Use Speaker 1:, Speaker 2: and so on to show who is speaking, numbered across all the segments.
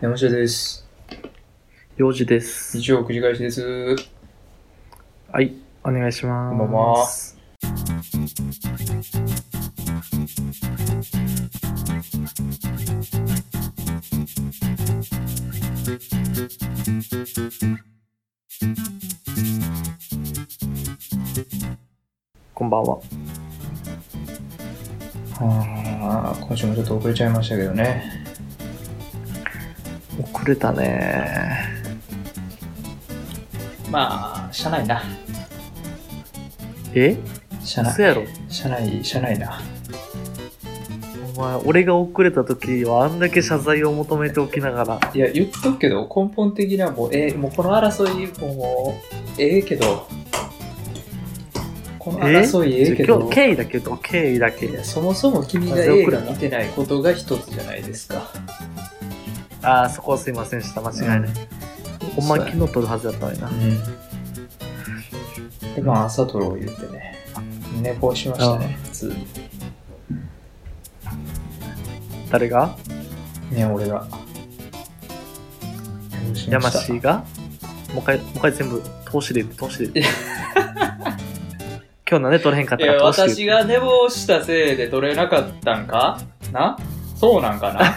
Speaker 1: 山下です。
Speaker 2: 幼児です。
Speaker 1: 日曜繰り返しです。
Speaker 2: はい、お願いします。
Speaker 1: こんばんは
Speaker 2: こんばんは。
Speaker 1: あー今週もちょっと遅れちゃいましたけどね。
Speaker 2: 遅れたね。
Speaker 1: まあ、社内な。
Speaker 2: え
Speaker 1: 社
Speaker 2: そ
Speaker 1: 内。
Speaker 2: やろ。
Speaker 1: 社内、社内な。
Speaker 2: お前、俺が遅れた時はあんだけ謝罪を求めておきながら。
Speaker 1: いや、言っとくけど、根本的なもう、えーもうこの争い、もう、ええけど、この争いええけ
Speaker 2: 今
Speaker 1: ど
Speaker 2: 日、、経緯だけ言うと、経緯だけ
Speaker 1: い。やそもそも君が映画見てないことが一つじゃないですか。
Speaker 2: ああ、そこはすいませんでした。間違いない。ほんま
Speaker 1: そうや
Speaker 2: 昨日撮るはずだったのにな。
Speaker 1: うん。で、まあ、朝撮ろう言ってね、寝坊しましたね、普通に。
Speaker 2: 誰が
Speaker 1: ね、俺が。し
Speaker 2: 山
Speaker 1: ました
Speaker 2: 氏がもう一回、もう一回全部、投資で言って、投資で言って。今日なんで撮れへんかっ
Speaker 1: い
Speaker 2: たか
Speaker 1: や、
Speaker 2: 投資
Speaker 1: 私
Speaker 2: で言って。
Speaker 1: が寝坊したせいで取れなかったんかなそうなんか な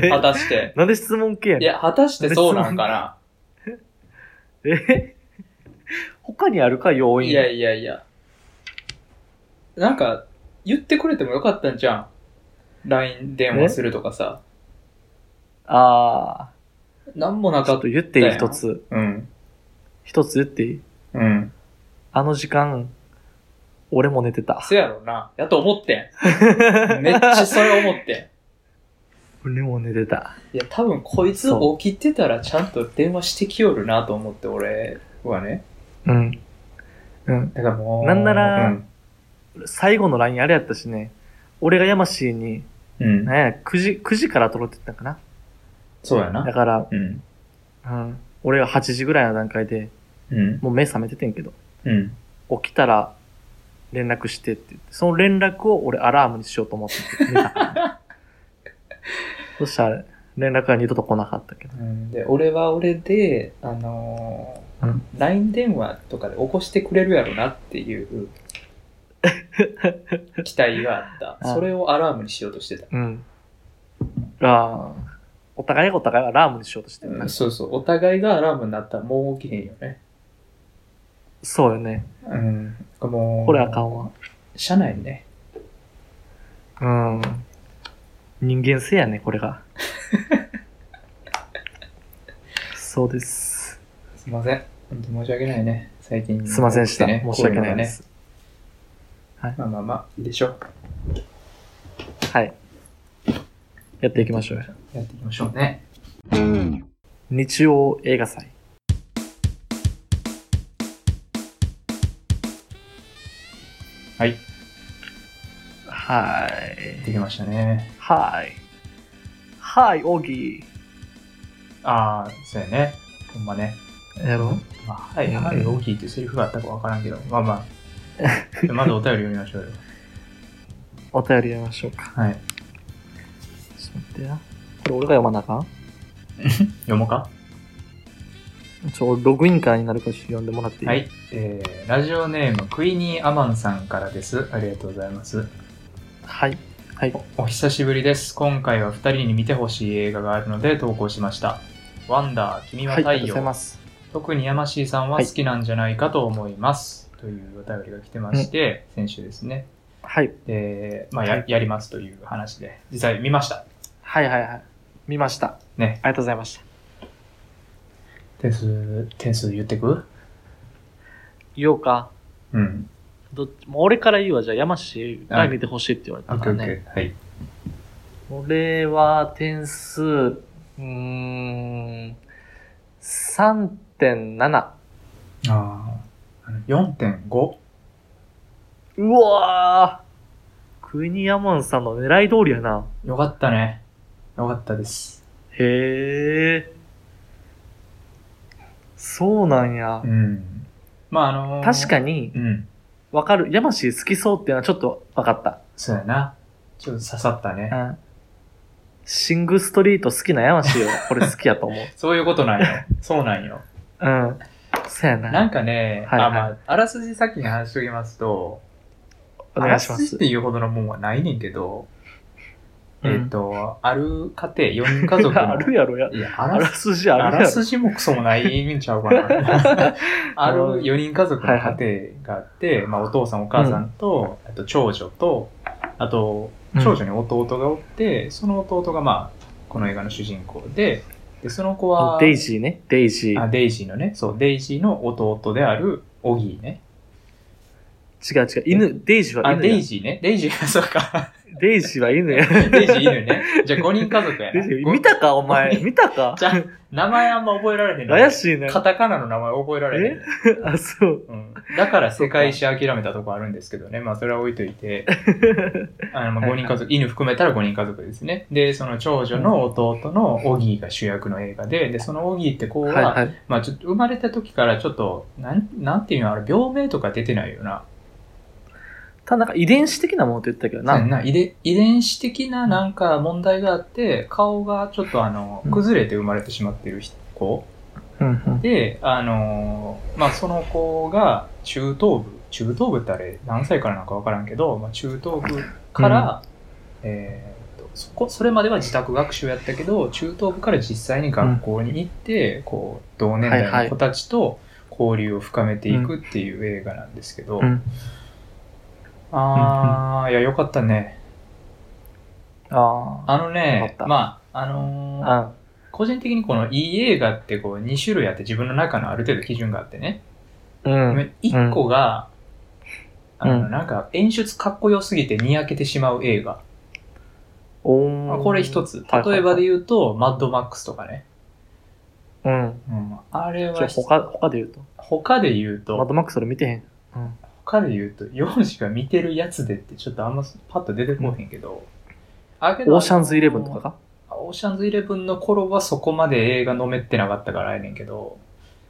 Speaker 2: え
Speaker 1: 果たして。
Speaker 2: なんで質問系や
Speaker 1: い
Speaker 2: ねん
Speaker 1: や、果たしてそうなんかな
Speaker 2: え他にあるか要因。
Speaker 1: いやいやいや。なんか、言ってくれてもよかったんじゃん。LINE 電話するとかさ。
Speaker 2: あ
Speaker 1: なんもな
Speaker 2: あ、ち
Speaker 1: か
Speaker 2: ょ
Speaker 1: っ
Speaker 2: っと言ってい
Speaker 1: だ
Speaker 2: い
Speaker 1: よ
Speaker 2: 一つ。
Speaker 1: た。うん。
Speaker 2: 一つ言っていい
Speaker 1: うん。
Speaker 2: あの時間、俺も寝てた。
Speaker 1: せやろな。やと思って ん。めっちゃそれ思ってん。
Speaker 2: 俺も寝てた。
Speaker 1: いや、多分こいつ
Speaker 2: そ
Speaker 1: 起きてたらちゃんと電話してきよるなと思って、俺はね。
Speaker 2: うん。うん。
Speaker 1: だからもう。
Speaker 2: なんなら
Speaker 1: うん。
Speaker 2: 最後の LINE あれやったしね。俺がヤマシーに、
Speaker 1: うん
Speaker 2: なんや、9時、9時から撮ろうって言ったんかな。
Speaker 1: そうや
Speaker 2: だ
Speaker 1: な。
Speaker 2: から、
Speaker 1: うん。
Speaker 2: うん。俺が8時ぐらいの段階で、
Speaker 1: うん。
Speaker 2: もう目覚めててんけど、
Speaker 1: うん。
Speaker 2: 起きたら連絡してって言って、その連絡を俺アラームにしようと思って寝たから ね。そしたら、連絡が二度と来なかったけど。
Speaker 1: うん、で、俺は俺で、あのー
Speaker 2: うん
Speaker 1: LINE 電話とかで起こしてくれるやろなっていう 期待があった。
Speaker 2: あ
Speaker 1: それをアラームにしようとしてた。
Speaker 2: うん。ああ。お互いがお互いをアラームにしようとしてる。
Speaker 1: うんそうそう。お互いがアラームになったらもう起きへんよね。
Speaker 2: そうよね。
Speaker 1: うん。もう。
Speaker 2: これあかんわ。
Speaker 1: 社内にね。
Speaker 2: うん。人間性やね、これ が。そうです。
Speaker 1: すいません。本当申し訳ないね。最近、
Speaker 2: すいませんでした。
Speaker 1: ね
Speaker 2: 申し訳ないで。
Speaker 1: こ
Speaker 2: す。
Speaker 1: ういうのがねまあまあまあ、いいでしょう。
Speaker 2: はい。やっていきましょうよ。
Speaker 1: やっていきましょうね。
Speaker 2: 日曜映画祭。
Speaker 1: はい。や
Speaker 2: は
Speaker 1: っ
Speaker 2: ーい。
Speaker 1: てきましたね。
Speaker 2: はーい。はーい、オギ
Speaker 1: ああ、そうやね。ほんまね。
Speaker 2: ー。やろ
Speaker 1: まあ、はい、はい、大きいってセリフがあったかわからんけど、まあ まあ。まずお便り読みましょうよ。
Speaker 2: お便りやりましょうか。
Speaker 1: はい。
Speaker 2: ちょっと待ってや。これ俺が読まなあかん
Speaker 1: 読もうか。
Speaker 2: ちょ、ログイン会になるからちょっと読んでもらっていい
Speaker 1: はい。えー、ラジオネーム、クイニーアマンさんからです。ありがとうございます。
Speaker 2: はい。はい。
Speaker 1: おお久しぶりです。今回は2人に見てほしい映画があるので投稿しました。ワンダー、君は
Speaker 2: はい、あ
Speaker 1: 太
Speaker 2: りがとうご
Speaker 1: 陽。
Speaker 2: ざいます。
Speaker 1: 特に山ーさんは好きなんじゃないかと思います、というお便りが来てまして、先週ですね、
Speaker 2: はい。
Speaker 1: でまあ、ややりますという話で実際見ました
Speaker 2: はいはいはい。見ました。
Speaker 1: ね
Speaker 2: ありがとうございました。
Speaker 1: 点数点数言ってく
Speaker 2: 言おうか。
Speaker 1: うん
Speaker 2: どっちもう俺から言うわ。じゃあ、山氏が見てほしいって言われ
Speaker 1: オ
Speaker 2: た
Speaker 1: ッケー
Speaker 2: から
Speaker 1: オッケ
Speaker 2: ね。
Speaker 1: ーはい
Speaker 2: 俺は点数、うーん、3.7。
Speaker 1: ああ4.5
Speaker 2: うわぁクイニーアモンさんの狙い通りやな。
Speaker 1: よかったねよかったです
Speaker 2: へぇそうなんや
Speaker 1: う。んまああの
Speaker 2: 確か
Speaker 1: に
Speaker 2: に、
Speaker 1: うん
Speaker 2: わかる。山氏好きそうっていうのはちょっとわかった。
Speaker 1: そうやなちょっと刺さったね
Speaker 2: うん。シングストリート好きなやましいよ。これ好きやと 思う。
Speaker 1: そういうことなんよ。そうなんよ。
Speaker 2: うん。そうやな。
Speaker 1: なんかね、
Speaker 2: はいはい
Speaker 1: あまあ、あらすじさっきに話しておきますと、
Speaker 2: お願いしま
Speaker 1: あらすじ
Speaker 2: す
Speaker 1: っ。ていうほどのもんはないねんけど、
Speaker 2: うん
Speaker 1: えっ、と、ある家庭、4人家族の。
Speaker 2: あるやろや。
Speaker 1: いや、あ
Speaker 2: あ
Speaker 1: ら
Speaker 2: らすじあ
Speaker 1: あ
Speaker 2: るや
Speaker 1: ら
Speaker 2: ろ。
Speaker 1: すじもクソもないんちゃうかな。 ある4人家族の家庭があって、まあお父さんお母さんと、あと長女と、あと
Speaker 2: うん
Speaker 1: 長女に弟がおって、その弟がまあ、この映画の主人公で、で、その子は、
Speaker 2: デイジーね。デイジ
Speaker 1: あ
Speaker 2: ー。
Speaker 1: デイジーのね、そう、デイジーの弟であるオギーね。
Speaker 2: 違う違う。犬、デイジーは
Speaker 1: あ、
Speaker 2: 犬
Speaker 1: デ
Speaker 2: や
Speaker 1: イ。ジーね。デイジー、そう か。
Speaker 2: デイジーは犬 や。
Speaker 1: デイジー犬ね。じゃあ5人家族や
Speaker 2: デ
Speaker 1: な
Speaker 2: イジー見たかお前。
Speaker 1: ご
Speaker 2: 見たか
Speaker 1: じゃあ名前あんま覚えられへんの
Speaker 2: 怪しいね。
Speaker 1: カタカナの名前覚えられへん。
Speaker 2: あ、そう。
Speaker 1: うんだから世界史諦めたとこあるんですけどね、まあそれは置いといて、あのまあ5人家族、犬含めたら5人家族ですね。で、その長女の弟のオギーが主役の映画で、で、そのオギーって子は、
Speaker 2: はいはい。
Speaker 1: まあちょっと生まれた時からちょっと、なんなんていうの、あれ、病名とか出てないよな。
Speaker 2: ただなんか遺伝子的なものって言ってたけどな。
Speaker 1: 遺伝遺伝子的ななんか問題があって、顔がちょっとあの、崩れて生まれてしまってる子。
Speaker 2: うんうん。
Speaker 1: で、あのーまあ、その子が中等部、中等部ってあれ何歳からなのか分からんけど、まあ、中等部から、えーっとそこ、それまでは自宅学習やったけど、中等部から実際に学校に行って、こう、同年
Speaker 2: はいは
Speaker 1: 代
Speaker 2: い
Speaker 1: の子たちと交流を深めていくっていう映画なんですけど、
Speaker 2: うん
Speaker 1: あー、いや、よかったね。
Speaker 2: ああ。
Speaker 1: あの
Speaker 2: よか
Speaker 1: ね
Speaker 2: っ、た
Speaker 1: まあ、あのー
Speaker 2: あ
Speaker 1: 個人的にこのいい映画ってこう2種類あって自分の中のある程度基準があってね、
Speaker 2: うん。
Speaker 1: 一個が、
Speaker 2: うん
Speaker 1: あ
Speaker 2: う
Speaker 1: の、
Speaker 2: ん
Speaker 1: なんか演出かっこよすぎてにやけてしまう映画。まあ
Speaker 2: お
Speaker 1: これ一つ。例えばで言うと、マッドマックスとかね。
Speaker 2: う。うん。
Speaker 1: うんあれ
Speaker 2: じゃ
Speaker 1: は
Speaker 2: あ、他、他で言うと。
Speaker 1: 他で言う
Speaker 2: マッ
Speaker 1: と、
Speaker 2: ドマックスそれ見てへん。
Speaker 1: 他で言うと、ヨウジが見てるやつでってちょっとあんまパッと出てこへんけど、あけど
Speaker 2: オーシャンズイレブンとかか
Speaker 1: オーシャンズイレブンの頃はそこまで映画のめってなかったからあれやねんけど、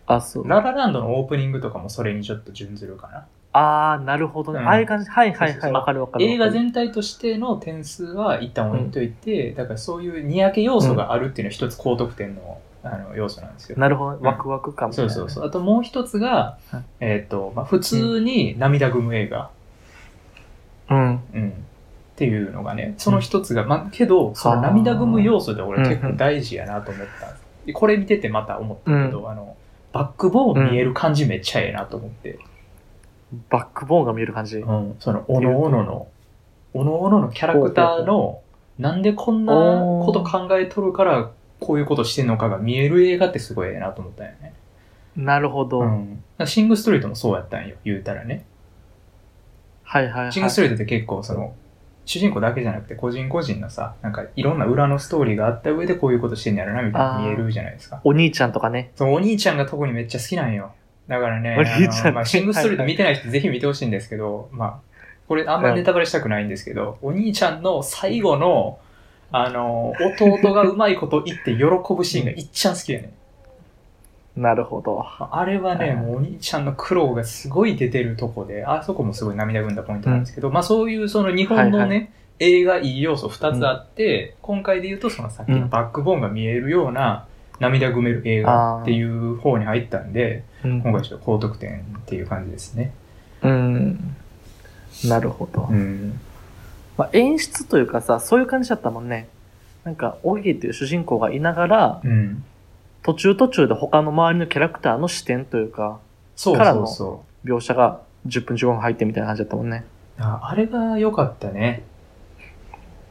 Speaker 2: あ、そう。
Speaker 1: ララランドのオープニングとかもそれにちょっと準ずるかな。
Speaker 2: ああ、なるほどね。
Speaker 1: うん
Speaker 2: ああいう感じ。はいは
Speaker 1: そ
Speaker 2: いうは
Speaker 1: そうそ
Speaker 2: い。
Speaker 1: う
Speaker 2: わかるわかる。
Speaker 1: 映画全体としての点数は一旦置いといて、だからそういうにやけ要素があるっていうのは一つ高得点の,、あの要素なんですよ。
Speaker 2: なるほど。ワクワク感みた
Speaker 1: そ
Speaker 2: いうな
Speaker 1: そうそう。あともう一つが
Speaker 2: はい、
Speaker 1: えっ、と、まあ、普通に涙ぐむ映画、
Speaker 2: うん。
Speaker 1: うんっていうのがね、その一つが、まあ、けど、その涙ぐむ要素で俺
Speaker 2: あー
Speaker 1: 結構大事やなと思ったんです。でこれ見ててまた思ったけど、あの、バックボーン見える感じめっちゃええなと思って、
Speaker 2: バックボーンが見える感じ。
Speaker 1: うん、その、おのおのの、おのおののキャラクターの、なんでこんなこと考えとるから、こういうことしてんのかが見える映画ってすごいええなと思ったよね。
Speaker 2: なるほど。
Speaker 1: う
Speaker 2: はい
Speaker 1: ん。だからシングストリートもそうやったんよ、言うたらね。
Speaker 2: はいはい。
Speaker 1: シングストリートって結構その、主人公だけじゃなくて個人個人のさ、なんかいろんな裏のストーリーがあった上でこういうことしてんやろな、みたいな
Speaker 2: あー
Speaker 1: 見えるじゃないですか。
Speaker 2: お兄ちゃんとかね。
Speaker 1: そのお兄ちゃんが特にめっちゃ好きなんよ。だからね、
Speaker 2: お兄ちゃ
Speaker 1: あ
Speaker 2: ん
Speaker 1: のまあ、シングストリート見てない人ぜひ見てほしいんですけど、まあ、これあんまネタバレしたくないんですけど、お兄ちゃんの最後の、あの、弟がうまいこと言って喜ぶシーンがいっちゃん好きやねん。
Speaker 2: なるほど。
Speaker 1: あれはね、
Speaker 2: はい
Speaker 1: もうお兄ちゃんの苦労がすごい出てるとこで、あそこもすごい涙ぐんだポイントなんですけど、まあそういうその日本のね、
Speaker 2: はいは
Speaker 1: 映画いい要素2つあって、今回で言うとそのさっきのバックボーンが見えるような涙ぐめる映画っていう方に入ったんで、
Speaker 2: うん
Speaker 1: 今回ちょっと高得点っていう感じですね。
Speaker 2: うん。なるほど
Speaker 1: う。ん。
Speaker 2: まあ、演出というかさ、そういう感じだったもんね。なんか、オギーっていう主人公がいながら、
Speaker 1: うん。
Speaker 2: 途中途中で他の周りのキャラクターの視点というか、
Speaker 1: そう
Speaker 2: から
Speaker 1: そ
Speaker 2: の
Speaker 1: うそ
Speaker 2: 描写が10分15分入ってみたいな感じだったもんね。
Speaker 1: う。ああれが良かったね。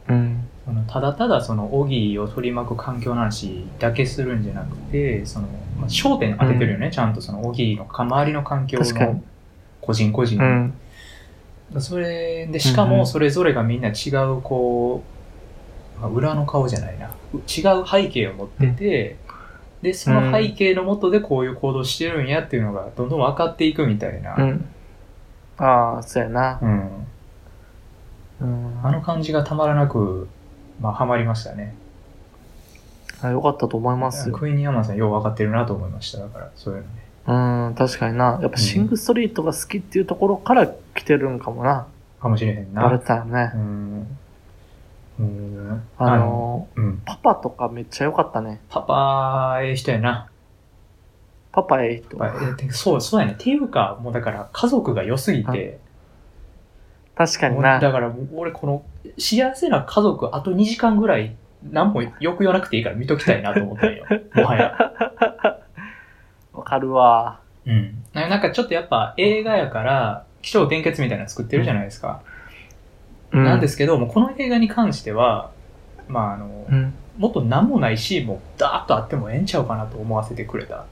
Speaker 2: うん。
Speaker 1: そのただただそのオギーを取り巻く環境の話だけするんじゃなくてその、まあ、焦点当ててるよね、ちゃんとそのオギーの周りの環境
Speaker 2: 確か
Speaker 1: の
Speaker 2: に。
Speaker 1: 個人個人
Speaker 2: う
Speaker 1: に、
Speaker 2: ん。
Speaker 1: それでしかもそれぞれがみんな違うこう、まあ裏の顔じゃないなう違う背景を持ってて、でその背景のもとでこういう行動してるんやっていうのがどんどん分かっていくみたいな、
Speaker 2: う
Speaker 1: うん
Speaker 2: ん。ああ、そうやな。うん。
Speaker 1: あの感じがたまらなく、まあ、ハマりましたね
Speaker 2: あよかったと思いますよ。
Speaker 1: クイニー・アマンさんよう分かってるなと思いましただからそういうのね
Speaker 2: うん、確かにな。やっぱシングストリートが好きっていうところから来てるんかもな。
Speaker 1: かもしれへんな。
Speaker 2: バレたよね。
Speaker 1: うん。うん
Speaker 2: あの
Speaker 1: うん、
Speaker 2: ー、パパとかめっちゃ良かったね。
Speaker 1: パパ、ええ人やな。
Speaker 2: パパええ人。
Speaker 1: やっぱええてそう、そうやね。っていうか、もうだから家族が良すぎて、
Speaker 2: 確か
Speaker 1: も
Speaker 2: に
Speaker 1: う
Speaker 2: な。
Speaker 1: だからもう俺この幸せな家族あと2時間ぐらい何も欲言わなくていいから見ときたいなと思 ったんよ。もはや。
Speaker 2: わかるわ。
Speaker 1: うん。なんかちょっとやっぱ映画やから、気象転結みたいなの作ってるじゃないですか。
Speaker 2: う
Speaker 1: なんですけど、もうこの映画に関しては、まああの、
Speaker 2: うん。
Speaker 1: もっと何もないシーンもダーッとあってもええんちゃうかなと思わせてくれた。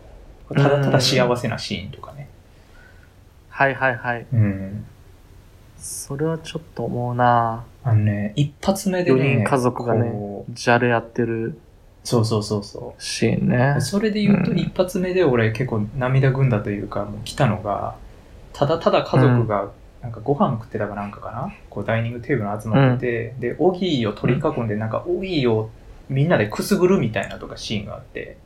Speaker 1: ただただ幸せなシーンとかね。
Speaker 2: はいはいはい。
Speaker 1: うん。
Speaker 2: それはちょっと思うな。
Speaker 1: あのね、一発目で
Speaker 2: 4
Speaker 1: ね、
Speaker 2: 人家族がね
Speaker 1: こう
Speaker 2: ジャルやってる
Speaker 1: そうそうそうそ
Speaker 2: シーンね
Speaker 1: う。。それで言うと、
Speaker 2: うん
Speaker 1: 一発目で俺結構涙ぐんだというか、もう来たのが、ただただ家族が、なんかご飯食ってたかなんかかな、こうダイニングテーブルに集まってて、で、オギーを取り囲んで、なんかオギーをみんなでくすぐるみたいなとかシーンがあって、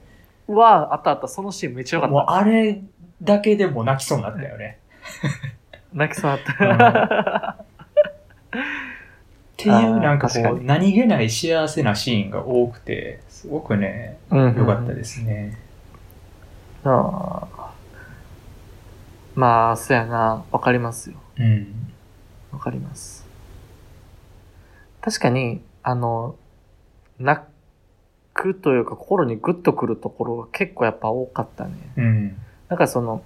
Speaker 2: うわあったあった。そのシーンめっちゃ良か
Speaker 1: もう
Speaker 2: っ
Speaker 1: あれだけでも泣きそうになったよね。
Speaker 2: た。泣きそうだった。
Speaker 1: っていう
Speaker 2: あー
Speaker 1: なんかこ
Speaker 2: 確か
Speaker 1: う
Speaker 2: に
Speaker 1: 何気ない幸せなシーンが多くてすごくね
Speaker 2: うん
Speaker 1: 良かった
Speaker 2: す。
Speaker 1: ですね、
Speaker 2: ああまあ、そやな。わかりますよ。
Speaker 1: うん、
Speaker 2: わかります。確かに、あの、泣くというか心にグッとくるところが結構やっぱ多かったね。
Speaker 1: うん
Speaker 2: なんかその、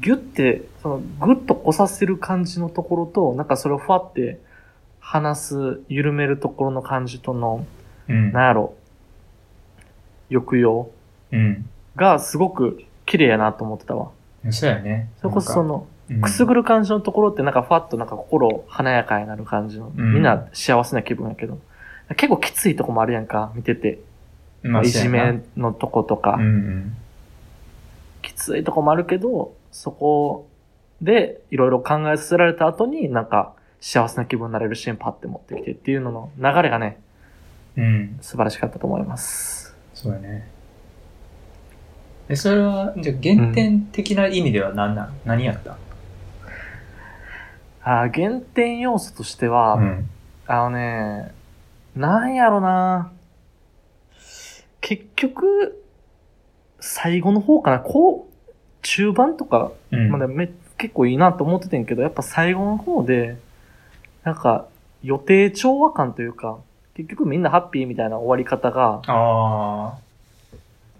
Speaker 2: ギュって、その、グッとこさせる感じのところと、なんかそれをふわって、話す、緩めるところの感じとの、
Speaker 1: うん
Speaker 2: なんやろ、抑揚
Speaker 1: うん
Speaker 2: がすごく綺麗やなと思ってたわ。
Speaker 1: そうやね
Speaker 2: それこそその、
Speaker 1: なんか
Speaker 2: くすぐる感じのところってなんかファッとなんか心華やかになる感じの、
Speaker 1: うん
Speaker 2: みんな幸せな気分やけど、結構きついとこもあるやんか、見てて。
Speaker 1: うんまあ
Speaker 2: いじ
Speaker 1: そうや
Speaker 2: めのとことか、
Speaker 1: なうん
Speaker 2: きついとこもあるけど、そこでいろいろ考えさせられた後になんか幸せな気分になれるシーンパッて持ってきてっていうのの流れがね、
Speaker 1: うん、うん、
Speaker 2: 素晴らしかったと思います。
Speaker 1: そうやねえそれはじゃあ原点的な意味では何なの、何やった
Speaker 2: あー原点要素としては、
Speaker 1: うん
Speaker 2: あのね、なんやろな。結局、最後の方かな。こう、中盤とか、
Speaker 1: うん
Speaker 2: まだめ、結構いいなと思っててんけど、やっぱ最後の方で、なんか、予定調和感というか、結局みんなハッピーみたいな終わり方が、
Speaker 1: あ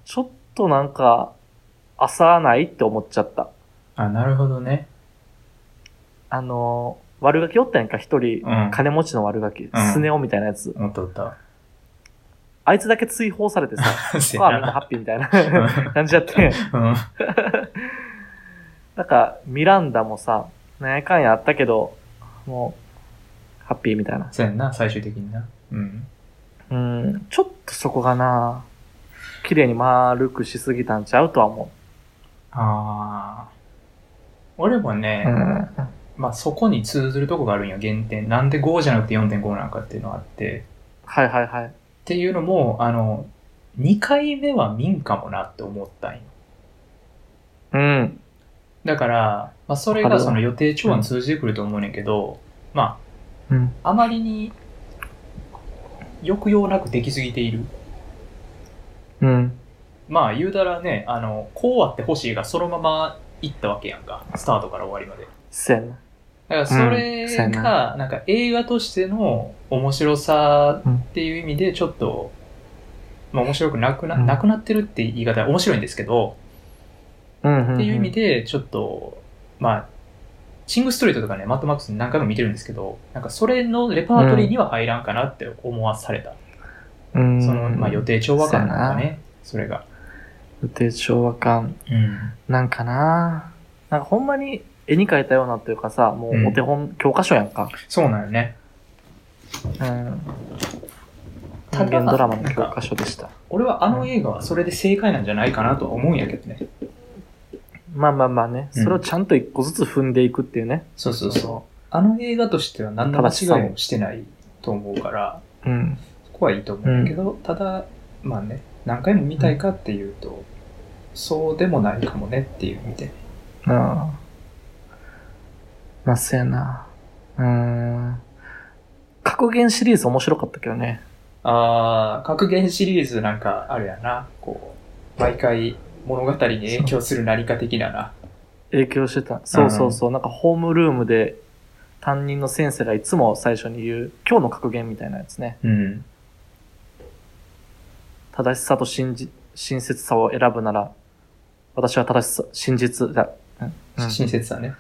Speaker 2: ちょっとなんか、朝ないって思っちゃった。
Speaker 1: ーあなるほどね
Speaker 2: あの、悪ガキおったやんか、一人
Speaker 1: う、ん
Speaker 2: 金持ちの悪ガキ、スネ夫みたいなやつ。
Speaker 1: 思っと った
Speaker 2: あいつだけ追放されて さ、
Speaker 1: せ
Speaker 2: まあみんなハッピーみたい な感じやって。
Speaker 1: うん
Speaker 2: なんか、ミランダもさ、なんやかんやあったけど、もう、ハッピーみたいな。
Speaker 1: そうやんな最終的になうん
Speaker 2: うん、ちょっとそこがな、綺麗に丸くしすぎたんちゃうとは思
Speaker 1: ああ。俺もね
Speaker 2: う。、うん。
Speaker 1: まあそこに通ずるとこがあるんよ、原点。なんで5じゃなくて4.5なんかっていうのがあって。
Speaker 2: はいはいはい。
Speaker 1: っていうのも、あの、2回目は民かもなって思ったんよ。
Speaker 2: うん。
Speaker 1: だから、まあそれ
Speaker 2: わ
Speaker 1: が
Speaker 2: かるわ
Speaker 1: その予定調和に通じてくると思うねんけど、ま
Speaker 2: うん。
Speaker 1: あ、あまりに抑揚なくできすぎている。
Speaker 2: うん。
Speaker 1: まあ言うたらね、あの、こうあってほしいがそのまま行ったわけやんか。スタートから終わりまで。
Speaker 2: せやな。
Speaker 1: だからそれ
Speaker 2: うんそうや
Speaker 1: が
Speaker 2: な
Speaker 1: なんか映画としての面白さっていう意味でちょっと、まあ、面白くなくな,、
Speaker 2: うん
Speaker 1: なくなってるって言い方は面白いんですけど、
Speaker 2: うんうん、うん。
Speaker 1: っていう意味でちょっとまあシングストリートとかねマッドマックス何回も見てるんですけどなんかそれのレパートリーには入らんかなって思わされた、
Speaker 2: うん、
Speaker 1: その、まあ、予定調和感なんか
Speaker 2: そうや
Speaker 1: ねそれが、
Speaker 2: 予定調和感。
Speaker 1: うん、
Speaker 2: なんかな。なんかほんまに絵に描いたようなというかさ、も
Speaker 1: うん
Speaker 2: うお手本、教科書やんか。
Speaker 1: そうなんよね
Speaker 2: うん。
Speaker 1: ただ
Speaker 2: 人間ドラマの教科書でした。
Speaker 1: 俺はあの映画はそれで正解なんじゃないかなとは思うんやけどね
Speaker 2: まあまあまあね、
Speaker 1: うん
Speaker 2: それをちゃんと一個ずつ踏んでいくっていうね。
Speaker 1: そうそうそう。あの映画としては何の間違いもしてないと思うから、
Speaker 2: うん。
Speaker 1: そこはいいと思うんだけど、ただ、まあね、何回も見たいかっていうと、そうでもないかもねっていう意味で。
Speaker 2: うん。まあ、そうやな。うーん。格言シリーズ面白かったけどね。
Speaker 1: ああ、格言シリーズなんかあるやな。こう、毎回物語に影響する何か的なな。
Speaker 2: 影響してた。そうそうそう。なんかホームルームで担任の先生がいつも最初に言う、今日の格言みたいなやつね。
Speaker 1: うん。
Speaker 2: 正しさと真実、親切さを選ぶなら、私は正しさ、真実だ。うんうん
Speaker 1: 親切さね。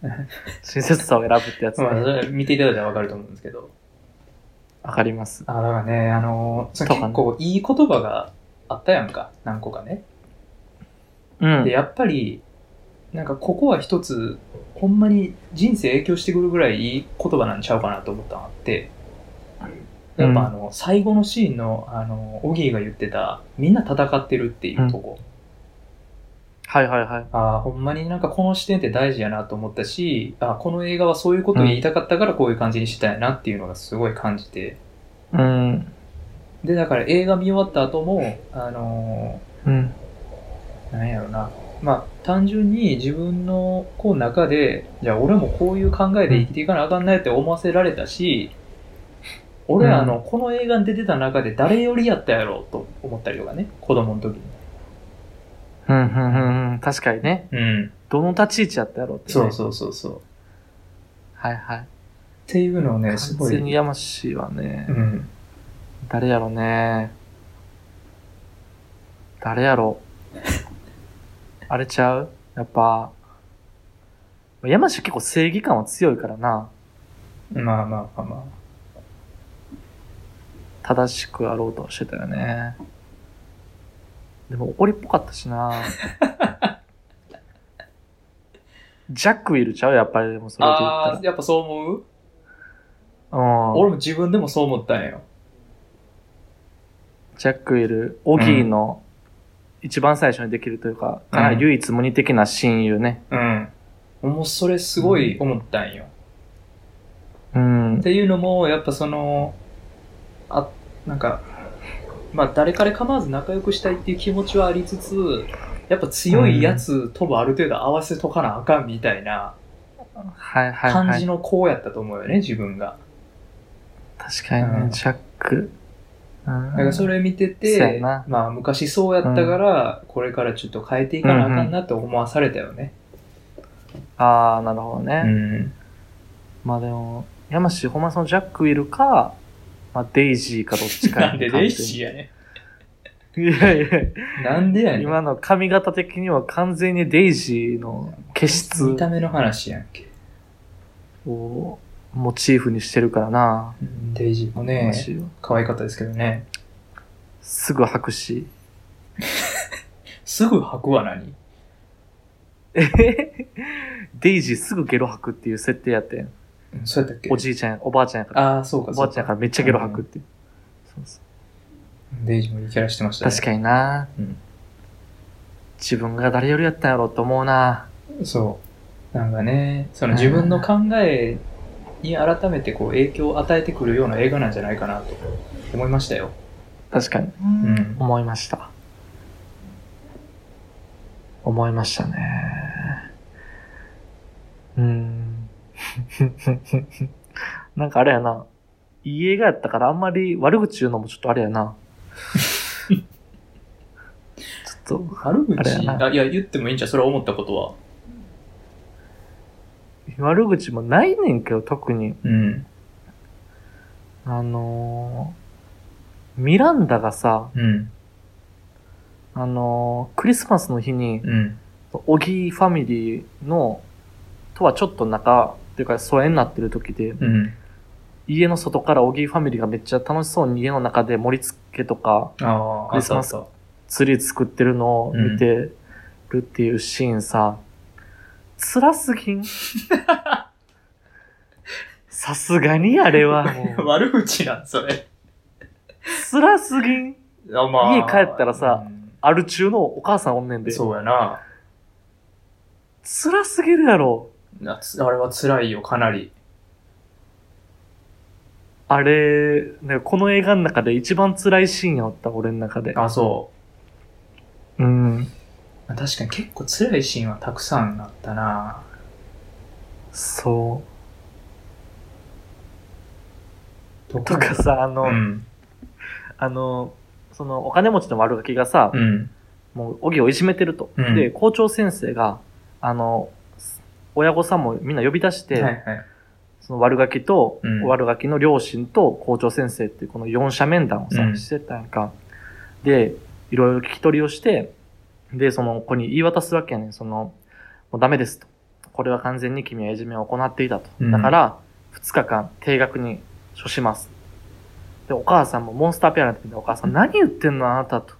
Speaker 2: 親切さを選ぶってやつね。
Speaker 1: まあ、そ
Speaker 2: わ、
Speaker 1: れ見ていただいたらわかると思うんですけど。
Speaker 2: かります。
Speaker 1: あだからね、あのーそれ
Speaker 2: とかね
Speaker 1: 結構いい言葉があったやんか。何個かね。
Speaker 2: う
Speaker 1: で、
Speaker 2: ん。
Speaker 1: やっぱり、なんかここは一つ、ほんまに人生影響してくるぐらいいい言葉なんちゃうかなと思ったのあって、やっぱあの、最後のシーンの、あの、オギーが言ってた、みんな戦ってるっていうとこ。
Speaker 2: はいはいはい。
Speaker 1: ああ、ほんまになんかこの視点って大事やなと思ったし、あこの映画はそういうことを言いたかったからこういう感じにしたいなっていうのがすごい感じて。
Speaker 2: うん。
Speaker 1: で、だから映画見終わった後も、あのー
Speaker 2: うん。
Speaker 1: なんやろな。まあ、単純に自分のこう中で、じゃあ俺もこういう考えで生きていかなあかんなって思わせられたし、俺
Speaker 2: うん
Speaker 1: あの、この映画に出てた中で誰よりやったやろうと思ったりとかね、子供の時に。
Speaker 2: うん、うん、うんうん。確かにね。
Speaker 1: うん。
Speaker 2: どの立ち位置やったやろうって、ね。
Speaker 1: そうそうそうそう。っ
Speaker 2: はいはい。
Speaker 1: ていうのをね、す
Speaker 2: 完
Speaker 1: ごい。
Speaker 2: 全に山氏はね、
Speaker 1: うん。
Speaker 2: 誰やろね。誰やろ。あれちゃうやっぱ、山氏結構正義感は強いからな。
Speaker 1: まあまあまあま
Speaker 2: 正しくあろうとはしてたよね。でも怒りっぽかったし な。ジャックいるちゃうやっぱりでもそ
Speaker 1: あ。
Speaker 2: れで言った
Speaker 1: ああー、やっぱそう思う
Speaker 2: ら。うん。
Speaker 1: 俺も自分でもそう思ったんよ。
Speaker 2: ジャック・イル、オギーの一番最初にできるというか、かなり唯一無二的な親友ね。
Speaker 1: うん。もうそれすごい思ったんよ。
Speaker 2: うん。
Speaker 1: っていうのもやっぱそのあなんかまあ誰彼構わず仲良くしたいっていう気持ちはありつつやっぱ強いやつともある程度合わせとかなあかんみたいな
Speaker 2: はいはいは
Speaker 1: 感じ
Speaker 2: い。
Speaker 1: の子やったと思うよね自分が
Speaker 2: 確かにね、
Speaker 1: うん
Speaker 2: ジャック。うん
Speaker 1: だからそれ見て
Speaker 2: そうや
Speaker 1: て
Speaker 2: な
Speaker 1: まあ昔そうやったからこれからちょっと変えていかなあかんなって思わされたよね
Speaker 2: ああ、なるほどね。
Speaker 1: うん
Speaker 2: まあでも、山氏、ほんまそのジャック・イルか、まあデイジーかどっちか
Speaker 1: なんでデイシー
Speaker 2: ー
Speaker 1: やね
Speaker 2: いやいやい
Speaker 1: なんでや
Speaker 2: や、
Speaker 1: ねん
Speaker 2: 今の髪型的には完全にデイジーの気質
Speaker 1: 見た目の話やんけ
Speaker 2: をモチーフにしてるからな。
Speaker 1: うんデイジーも
Speaker 2: 山
Speaker 1: ね
Speaker 2: 氏は
Speaker 1: 可愛かったですけどね
Speaker 2: すぐ白紙。
Speaker 1: すぐ履くは何
Speaker 2: えへへ デイジーすぐゲロ吐くっていう設定やってん。
Speaker 1: うんそうやったっけ
Speaker 2: おじいちゃんや、おばあちゃんやから。
Speaker 1: ああ、そうか、
Speaker 2: お
Speaker 1: そ
Speaker 2: ば
Speaker 1: う
Speaker 2: あちゃんやからめっちゃゲロ吐くっていう。そうそう
Speaker 1: デイジもいいキャラしてましたね。
Speaker 2: 確かにな、
Speaker 1: うん
Speaker 2: 自分が誰よりやったんやろうと思うな
Speaker 1: に。そう。なんかね、その自分の考えに改めてこう影響を与えてくるような映画なんじゃないかなと思いましたよ。
Speaker 2: 確かに。
Speaker 1: うん。
Speaker 2: 思いました。思いましたね。うーん。 なんかあれやな。いい映画やったからあんまり悪口言うのもちょっとあれやな。 ちょっと。
Speaker 1: 悪
Speaker 2: あれ
Speaker 1: 口
Speaker 2: やな
Speaker 1: あいや、言ってもいいんじゃうそれは思ったことは。
Speaker 2: 悪口もないねんけど、特に。
Speaker 1: うん。
Speaker 2: あのーミランダがさ、
Speaker 1: うん。
Speaker 2: あのークリスマスの日に、
Speaker 1: うん。
Speaker 2: オギーファミリーの、とはちょっと仲、っていうか疎遠になってる時で、
Speaker 1: うん。
Speaker 2: 家の外からオギーファミリーがめっちゃ楽しそうに家の中で盛り付けとか、
Speaker 1: ああ、
Speaker 2: クリスマス
Speaker 1: あったあっ
Speaker 2: ツリー作ってるのを見てるっていうシーンさ、辛すぎ んさすがにあれはも
Speaker 1: た
Speaker 2: う、
Speaker 1: 悪口なん、それ。
Speaker 2: 辛すぎん
Speaker 1: あま
Speaker 2: 家帰ったらさ
Speaker 1: うん
Speaker 2: アル中のお母さんおんねんで。
Speaker 1: そうやな。
Speaker 2: 辛すぎるやろ。
Speaker 1: なつあれは辛いよ、かなり。
Speaker 2: あれ、ね、この映画の中で一番辛いシーンやった、俺の中で。
Speaker 1: あ、そう。
Speaker 2: うん。
Speaker 1: 確かに結構辛いシーンはたくさんあったな
Speaker 2: そう。
Speaker 1: と
Speaker 2: とかさ、あの、
Speaker 1: うん。
Speaker 2: あの、その、お金持ちの悪ガキがさ、
Speaker 1: うん。
Speaker 2: もう、おぎをいじめてると。
Speaker 1: うん
Speaker 2: で、校長先生が、あの、親御さんもみんな呼び出して、
Speaker 1: はいはい。
Speaker 2: その悪ガキと、
Speaker 1: うん
Speaker 2: 悪ガキの両親と校長先生っていうこの四者面談をさ、
Speaker 1: うん
Speaker 2: してたやんか。で、いろいろ聞き取りをして、で、その子に言い渡すわけやねん。その、もうダメですと。これは完全に君はいじめを行っていたと。
Speaker 1: うん
Speaker 2: だから、二日間定額に処します。で、お母さんもモンスターペアレントみたいなお母さん、何言ってんのあなたと。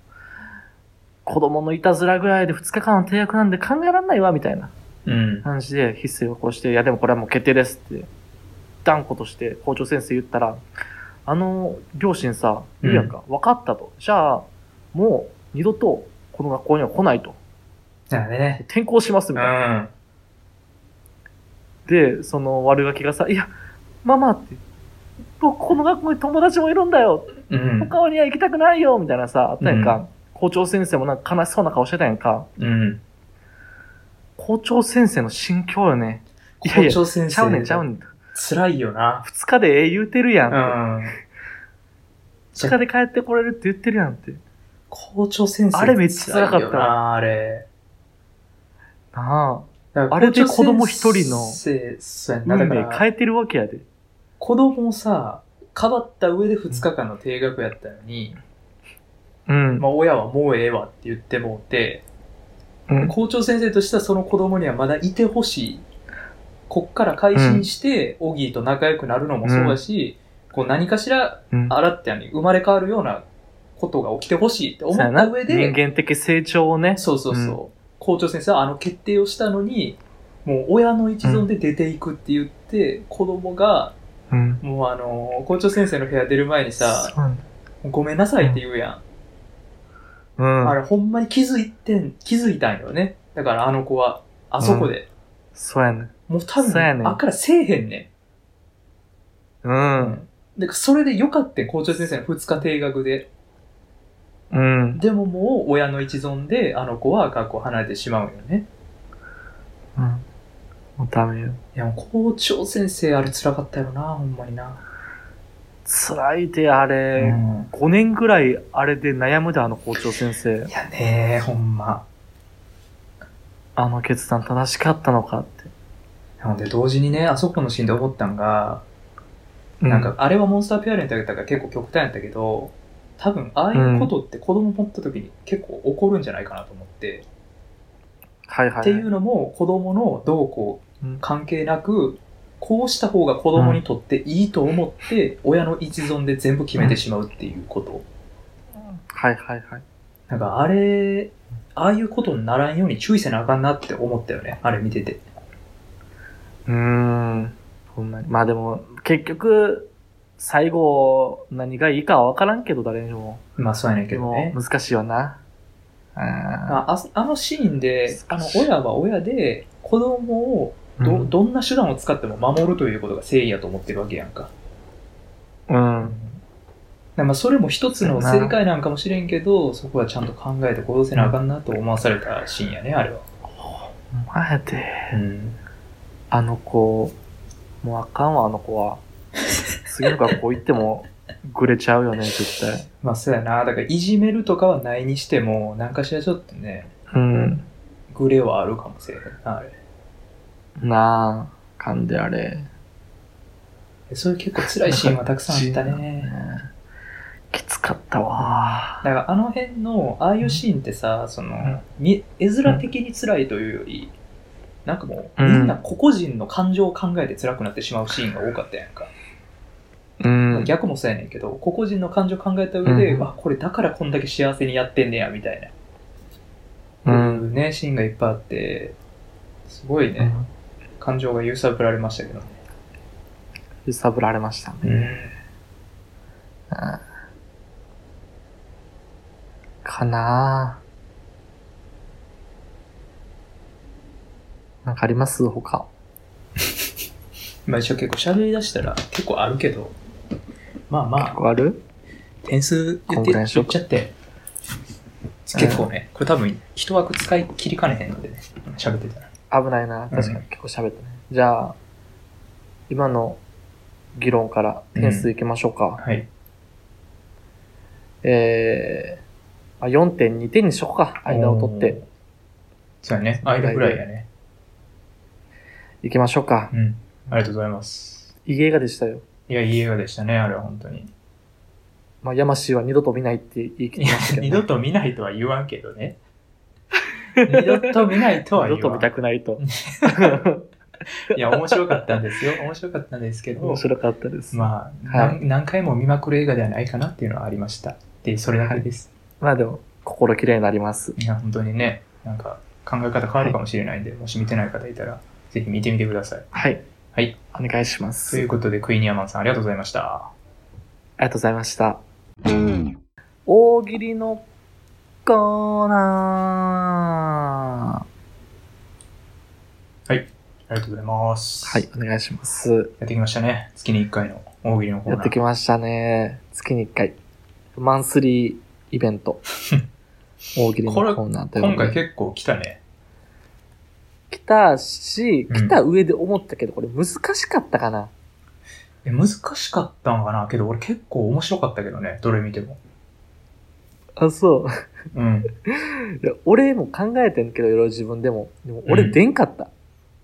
Speaker 2: 子供のいたずらぐらいで二日間の定額なんで考えられないわ、みたいな。
Speaker 1: うん。
Speaker 2: 感じで筆を起こして、いやでもこれはもう決定ですって、断固として校長先生言ったら、あの両親さ、
Speaker 1: うん
Speaker 2: いいやんか、分かったと。じゃあ、もう二度とこの学校には来ないと。
Speaker 1: だからね。
Speaker 2: 転校します
Speaker 1: う
Speaker 2: みたいな。
Speaker 1: ん。
Speaker 2: で、その悪ガキがさ、いや、ママって、僕この学校に友達もいるんだよ。
Speaker 1: うん。
Speaker 2: 他には行きたくないよみたいなさ、あったやんか。
Speaker 1: うん
Speaker 2: 校長先生もなんか悲しそうな顔してたやんか。
Speaker 1: うん。
Speaker 2: 校長先生の心境よね。い
Speaker 1: 校
Speaker 2: やいや
Speaker 1: 長先生。
Speaker 2: ちゃうねんちゃうねん。
Speaker 1: 辛いよな。
Speaker 2: 二日でええ言うてるやんって。
Speaker 1: うん。
Speaker 2: 地下で帰ってこれるって言ってるやんって。
Speaker 1: 校長先生。
Speaker 2: あれめっちゃ辛かっ
Speaker 1: 辛
Speaker 2: た
Speaker 1: いよな、あれ。
Speaker 2: なあ。あ
Speaker 1: あ
Speaker 2: れで子供一人の
Speaker 1: そうやんな。だ
Speaker 2: 運
Speaker 1: か
Speaker 2: 命
Speaker 1: ら、
Speaker 2: 変えてるわけやで。
Speaker 1: 子供をさ、かばった上で2日間の定額やったのに、
Speaker 2: うん。
Speaker 1: まあ親はもうええわって言ってもうて、
Speaker 2: うん
Speaker 1: 校長先生としてはその子供にはまだいてほしい。こっから改心して、オギーと仲良くなるのもそうだし、こう何かしら
Speaker 2: うん
Speaker 1: 新たに生まれ変わるようなことが起きてほしいって思
Speaker 2: そうや
Speaker 1: っ
Speaker 2: な
Speaker 1: た上で、
Speaker 2: 人間的成長をね。
Speaker 1: そうそうそう、校長先生はあの決定をしたのにもう親の一存で出ていくって言って、子供が
Speaker 2: うん。
Speaker 1: もうあのー校長先生の部屋出る前にさ
Speaker 2: そ
Speaker 1: 「
Speaker 2: う
Speaker 1: ごめんなさい」って言うやん、
Speaker 2: うん。
Speaker 1: あれほんまに気づいてん気づいたんよねだからあの子はあそこで、
Speaker 2: そうやね。
Speaker 1: もう多分
Speaker 2: そうやねん
Speaker 1: あっからせえへんね、
Speaker 2: うんん。
Speaker 1: だからそれでよかった校長先生の2日定額で
Speaker 2: うん。
Speaker 1: でももう親の一存であの子は学校離れてしまうんよね
Speaker 2: うん。もうダメよ。
Speaker 1: いやもう校長先生あれ辛かったよなほんまにな、
Speaker 2: 辛いで、あれ。
Speaker 1: うん
Speaker 2: 5年ぐらいあれで悩むで、あの校長先生
Speaker 1: い。やねほんま。
Speaker 2: あの決断正しかったのかって。
Speaker 1: なので、同時にね、あそこのシーンで思ったんが、
Speaker 2: う
Speaker 1: なんか、、あれはモンスターペアレントやったから結構極端やったけど、多分、ああいうことって子供持った時に結構起こるんじゃないかなと思って、
Speaker 2: はいはい。
Speaker 1: っていうのも、子供のどうこう
Speaker 2: うん。
Speaker 1: 関係なく、こうした方が子供にとっていいと思って、親の一存で全部決めてしまうっていうこと。
Speaker 2: はいはいはい。
Speaker 1: なんか、あれ、ああいうことにならんように注意せなあかんなって思ったよね、あれ見てて。
Speaker 2: うーん。ほんまに。まあでも、結局、最後、何がいいかは分からんけど、誰にも。
Speaker 1: まあ、そうやねんけ
Speaker 2: で
Speaker 1: ど
Speaker 2: も
Speaker 1: ね、。
Speaker 2: 難しいよな。あ
Speaker 1: あああのシーンで、あの
Speaker 2: 難しい
Speaker 1: 親は親で、子供を
Speaker 2: ー
Speaker 1: ど,、どんな手段を使っても守るということが正義やと思ってるわけやんか。
Speaker 2: うん。うん
Speaker 1: でまあそれも一つの
Speaker 2: そうやな
Speaker 1: 正解なんかもしれんけど、そこはちゃんと考えて行動せなあかんなと思わされたシーンやね、あれは。
Speaker 2: あえて、
Speaker 1: うん。
Speaker 2: あの子、もうあかんわ、あの子 は。次の学校行っても、ぐれちゃうよね、絶対。
Speaker 1: まあそうやな。だからいじめるとかはないにしても、なんかしらちょっとね、
Speaker 2: うん。
Speaker 1: グレはあるかもしれへんな、あれ。
Speaker 2: なあ、かんであれ。
Speaker 1: そういう結構辛いシーンはたくさんあったね。
Speaker 2: きつかったわ。
Speaker 1: だからあの辺のああいうシーンってさその、
Speaker 2: ん
Speaker 1: み絵面的に辛いというより、なんかもう
Speaker 2: う
Speaker 1: み
Speaker 2: ん
Speaker 1: んな個々人の感情を考えて辛くなってしまうシーンが多かったやんか、
Speaker 2: うん。
Speaker 1: 逆もそうやねんけど個々人の感情を考えた上で、
Speaker 2: うん
Speaker 1: あこれだからこんだけ幸せにやってんねやみたいな、
Speaker 2: うん。
Speaker 1: いうねシーンがいっぱいあってすごいね、感情が揺さぶられましたけどね、
Speaker 2: 揺さぶられましたね。うんかなぁ。なんかあります他。
Speaker 1: まあ一応結構喋り出したら結構あるけどまあまあ
Speaker 2: 結構ある
Speaker 1: 点数言っ
Speaker 2: こん
Speaker 1: て
Speaker 2: ぐらい
Speaker 1: 言
Speaker 2: にしよ
Speaker 1: っ
Speaker 2: う
Speaker 1: ち
Speaker 2: か
Speaker 1: ゃって結構ね、これ多分一枠使い切りかねへんのでね喋ってたら
Speaker 2: 危ないな。確かに結構喋ったね。じゃあ、今の議論から点数いきましょうか。
Speaker 1: はい。
Speaker 2: えー、あ4.2点にしようか。間を取って
Speaker 1: おー。そうやね。間ぐらいやね。
Speaker 2: いきましょうか。
Speaker 1: うん。ありがとうございます。
Speaker 2: いい映画でしたよ。
Speaker 1: いや、いい映画でしたね、あれは本当に。
Speaker 2: まあ、山氏は二度と見ないって言い
Speaker 1: い
Speaker 2: 切り
Speaker 1: や
Speaker 2: ましたけ ど、
Speaker 1: 二度と見ないとは言わんけどね。二度と見ないとは
Speaker 2: 二
Speaker 1: 言わ
Speaker 2: 度と見
Speaker 1: ん。
Speaker 2: たくないと。
Speaker 1: いや、面白かったんですよ。面白かったんですけど
Speaker 2: 面、白かったです。まあ、
Speaker 1: まあ、
Speaker 2: はい
Speaker 1: 何何回も見まくる映画ではないかなっていうのはありました。で、それだけです。
Speaker 2: でも、心きれいになります。
Speaker 1: いや、本当にね、なんか考え方変わるかもしれないんで、もし見てない方いたら、ぜひ見てみてください。
Speaker 2: はい。
Speaker 1: はい。
Speaker 2: お願いしま
Speaker 1: と
Speaker 2: す。
Speaker 1: い
Speaker 2: あり
Speaker 1: うことで、クイニアマンさんありがとうございました。
Speaker 2: がとうございました。大喜利のコーナ
Speaker 1: ありがとうございます。
Speaker 2: ー。はい。、お願いします。
Speaker 1: やってきましたね。月に1回の大喜利のコー
Speaker 2: や
Speaker 1: ナー。
Speaker 2: ってきましたね。月に1回。マンスリーイベン ト。大喜利のコーナーという
Speaker 1: 今
Speaker 2: こと
Speaker 1: 回
Speaker 2: で。
Speaker 1: 結構来たね。
Speaker 2: 来たし、
Speaker 1: うん
Speaker 2: 来た上で思ったけど、これ難しかったかな。
Speaker 1: え難しかったんかなけど、俺結構面白かったけどね。どれ見ても。
Speaker 2: あ、そう。
Speaker 1: うん。
Speaker 2: いや俺も考えてんけど、いろいろ自分でも。でも俺
Speaker 1: うん
Speaker 2: 出んかった。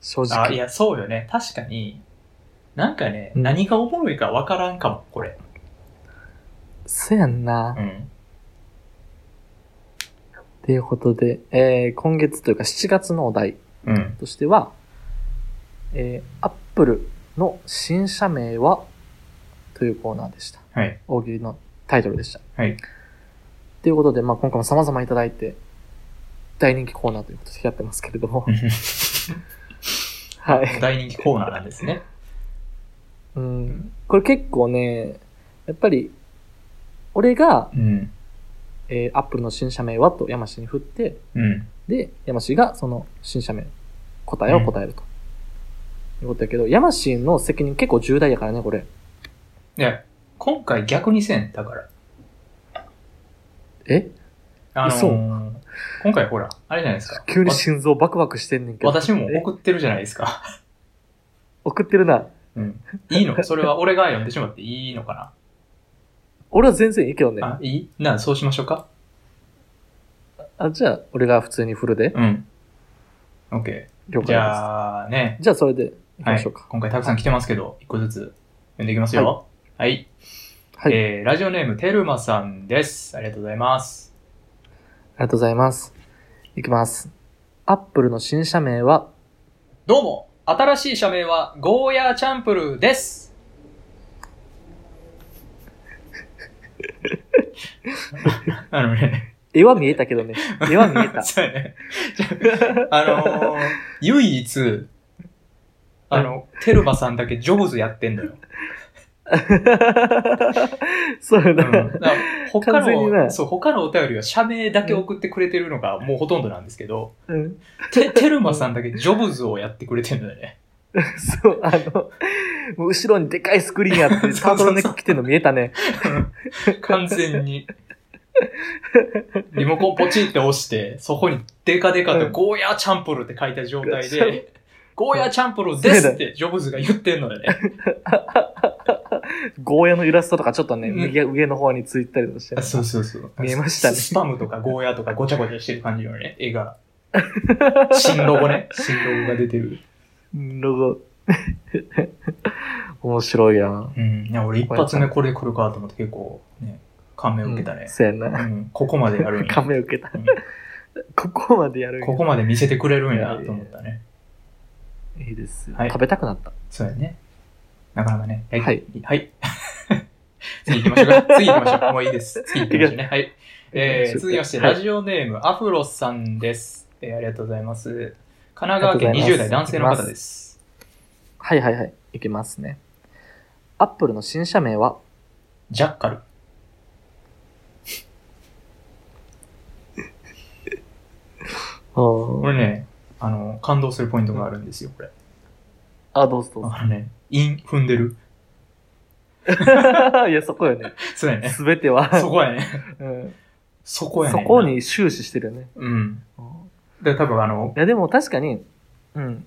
Speaker 2: 正
Speaker 1: あ、い
Speaker 2: 直。
Speaker 1: や、そうよね。確かに、なんかね、
Speaker 2: うん
Speaker 1: 何がおもろいかわからんかも、これ。
Speaker 2: そうやんな。
Speaker 1: うん。
Speaker 2: ということで、えー今月というか7月のお題
Speaker 1: うん。
Speaker 2: としては、えー、Apple の新社名はというコーナーでした。
Speaker 1: はい。
Speaker 2: 大喜利のタイトルでした。
Speaker 1: はい。
Speaker 2: ということで、まあ今回も様々いただいて、大人気コーナーということでやってますけれども。 はい。
Speaker 1: 大人気コーナーなんですね。
Speaker 2: うん。これ結構ね、やっぱり、俺が、
Speaker 1: うん。
Speaker 2: えー、Apple の新社名はと山下に振って、
Speaker 1: うん。
Speaker 2: で、山氏がその新社名、答えを答えると。いうことだけど、山氏の責任結構重大やからね、これ。
Speaker 1: いや、今回逆にせん、だから。
Speaker 2: え
Speaker 1: あのー
Speaker 2: 嘘
Speaker 1: 今回ほら、あれじゃないですか。
Speaker 2: 急に
Speaker 1: わ
Speaker 2: 心臓バクバクしてんねんけど。
Speaker 1: 私も
Speaker 2: え
Speaker 1: 送ってるじゃないですか。
Speaker 2: 送ってるな。
Speaker 1: うん。 いいのそれは俺が読んでしまっていいのか
Speaker 2: 俺は全然いいけどね
Speaker 1: な。あ、いいなあ、そうしましょうか。
Speaker 2: あ、じゃあ、俺が普通に振るで。
Speaker 1: うん。オッケ
Speaker 2: 了
Speaker 1: ー。
Speaker 2: 解
Speaker 1: じ
Speaker 2: で
Speaker 1: ゃあね
Speaker 2: す。、じゃあ、それで
Speaker 1: は
Speaker 2: 行きま
Speaker 1: い
Speaker 2: しょうか。。
Speaker 1: 今回たくさん来てますけど、一個ずつ読んでいきますよ。はい。
Speaker 2: はい。あり
Speaker 1: えー、ラジオネーム、テルマさんです。ありがとうございます。
Speaker 2: がとうございます。いきます。アップルの新社名は、
Speaker 1: どうも、新しい社名は、ゴーヤーチャンプルーです。 あのね、
Speaker 2: 絵は見えたけどね。絵は見えた。
Speaker 1: そうやね。あのー唯一、あの、テルマさんだけジョブズやってんだよ。
Speaker 2: そうや
Speaker 1: う
Speaker 2: な。
Speaker 1: ん、だから他
Speaker 2: 完全に
Speaker 1: の、
Speaker 2: ね
Speaker 1: そう、他のお便りは社名だけ送ってくれてるのがもうほとんどなんですけ ど、
Speaker 2: うん
Speaker 1: テテルマさんだけジョブズをやってくれてるんだよね。
Speaker 2: そう、あの、もう後ろにでかいスクリーンや って、タートルネック着てるの見えたね。
Speaker 1: 完全に。リモコンポチって押して、そこにデカデカとゴーヤーチャンプルって書いた状態で、ゴーヤーチャンプルですってジョブズが言ってんのよね。
Speaker 2: ゴーヤのイラストとかちょっとね、
Speaker 1: うん
Speaker 2: 右上の方についたりとかして ね。
Speaker 1: そうそうそう。
Speaker 2: 見えましたね
Speaker 1: スパムとかゴーヤーとかごちゃごちゃしてる感じのね、絵が。新ロ ゴね。新ロゴが出てる。
Speaker 2: ロゴ。 面白いやん。
Speaker 1: うん。いや、俺一発目これで来るかと思って結構ね、感銘を受けたね。
Speaker 2: そうや
Speaker 1: う
Speaker 2: な。
Speaker 1: ん。ここまでやるん や。
Speaker 2: 仮面受けた。
Speaker 1: うん
Speaker 2: ここまでやるんや
Speaker 1: ここまで見せてくれるんやと思ったね。
Speaker 2: いいですよ、
Speaker 1: はい
Speaker 2: 食べたくなった。
Speaker 1: そうやね。なかなかね。は
Speaker 2: はい。
Speaker 1: はい。 次行きましょう か。次行きましょう。もういいです。次行きましょうね。はい。えー、続きまして、
Speaker 2: はい
Speaker 1: ラジオネーム、アフロさんです。えー、ありがとうございます。神奈川
Speaker 2: あり
Speaker 1: 県
Speaker 2: がとう
Speaker 1: 20
Speaker 2: ござ
Speaker 1: 代
Speaker 2: いま
Speaker 1: 男
Speaker 2: す
Speaker 1: 性の方です。
Speaker 2: はいはいはい。いきますね。アップルの新社名は、
Speaker 1: ジャッカル。こ
Speaker 2: あ、
Speaker 1: れね、あの、感動するポイントがあるんですよ、これ。
Speaker 2: どうぞどうぞ。
Speaker 1: あのね、イン踏んでる。
Speaker 2: いや、そこよね。
Speaker 1: そうやね。
Speaker 2: すべては、
Speaker 1: そこやね。
Speaker 2: うん
Speaker 1: そこや
Speaker 2: そ
Speaker 1: ね。
Speaker 2: こ。に終始してるよね。
Speaker 1: うん。
Speaker 2: うん
Speaker 1: で、多分あの
Speaker 2: い、や、でも確かに、うん。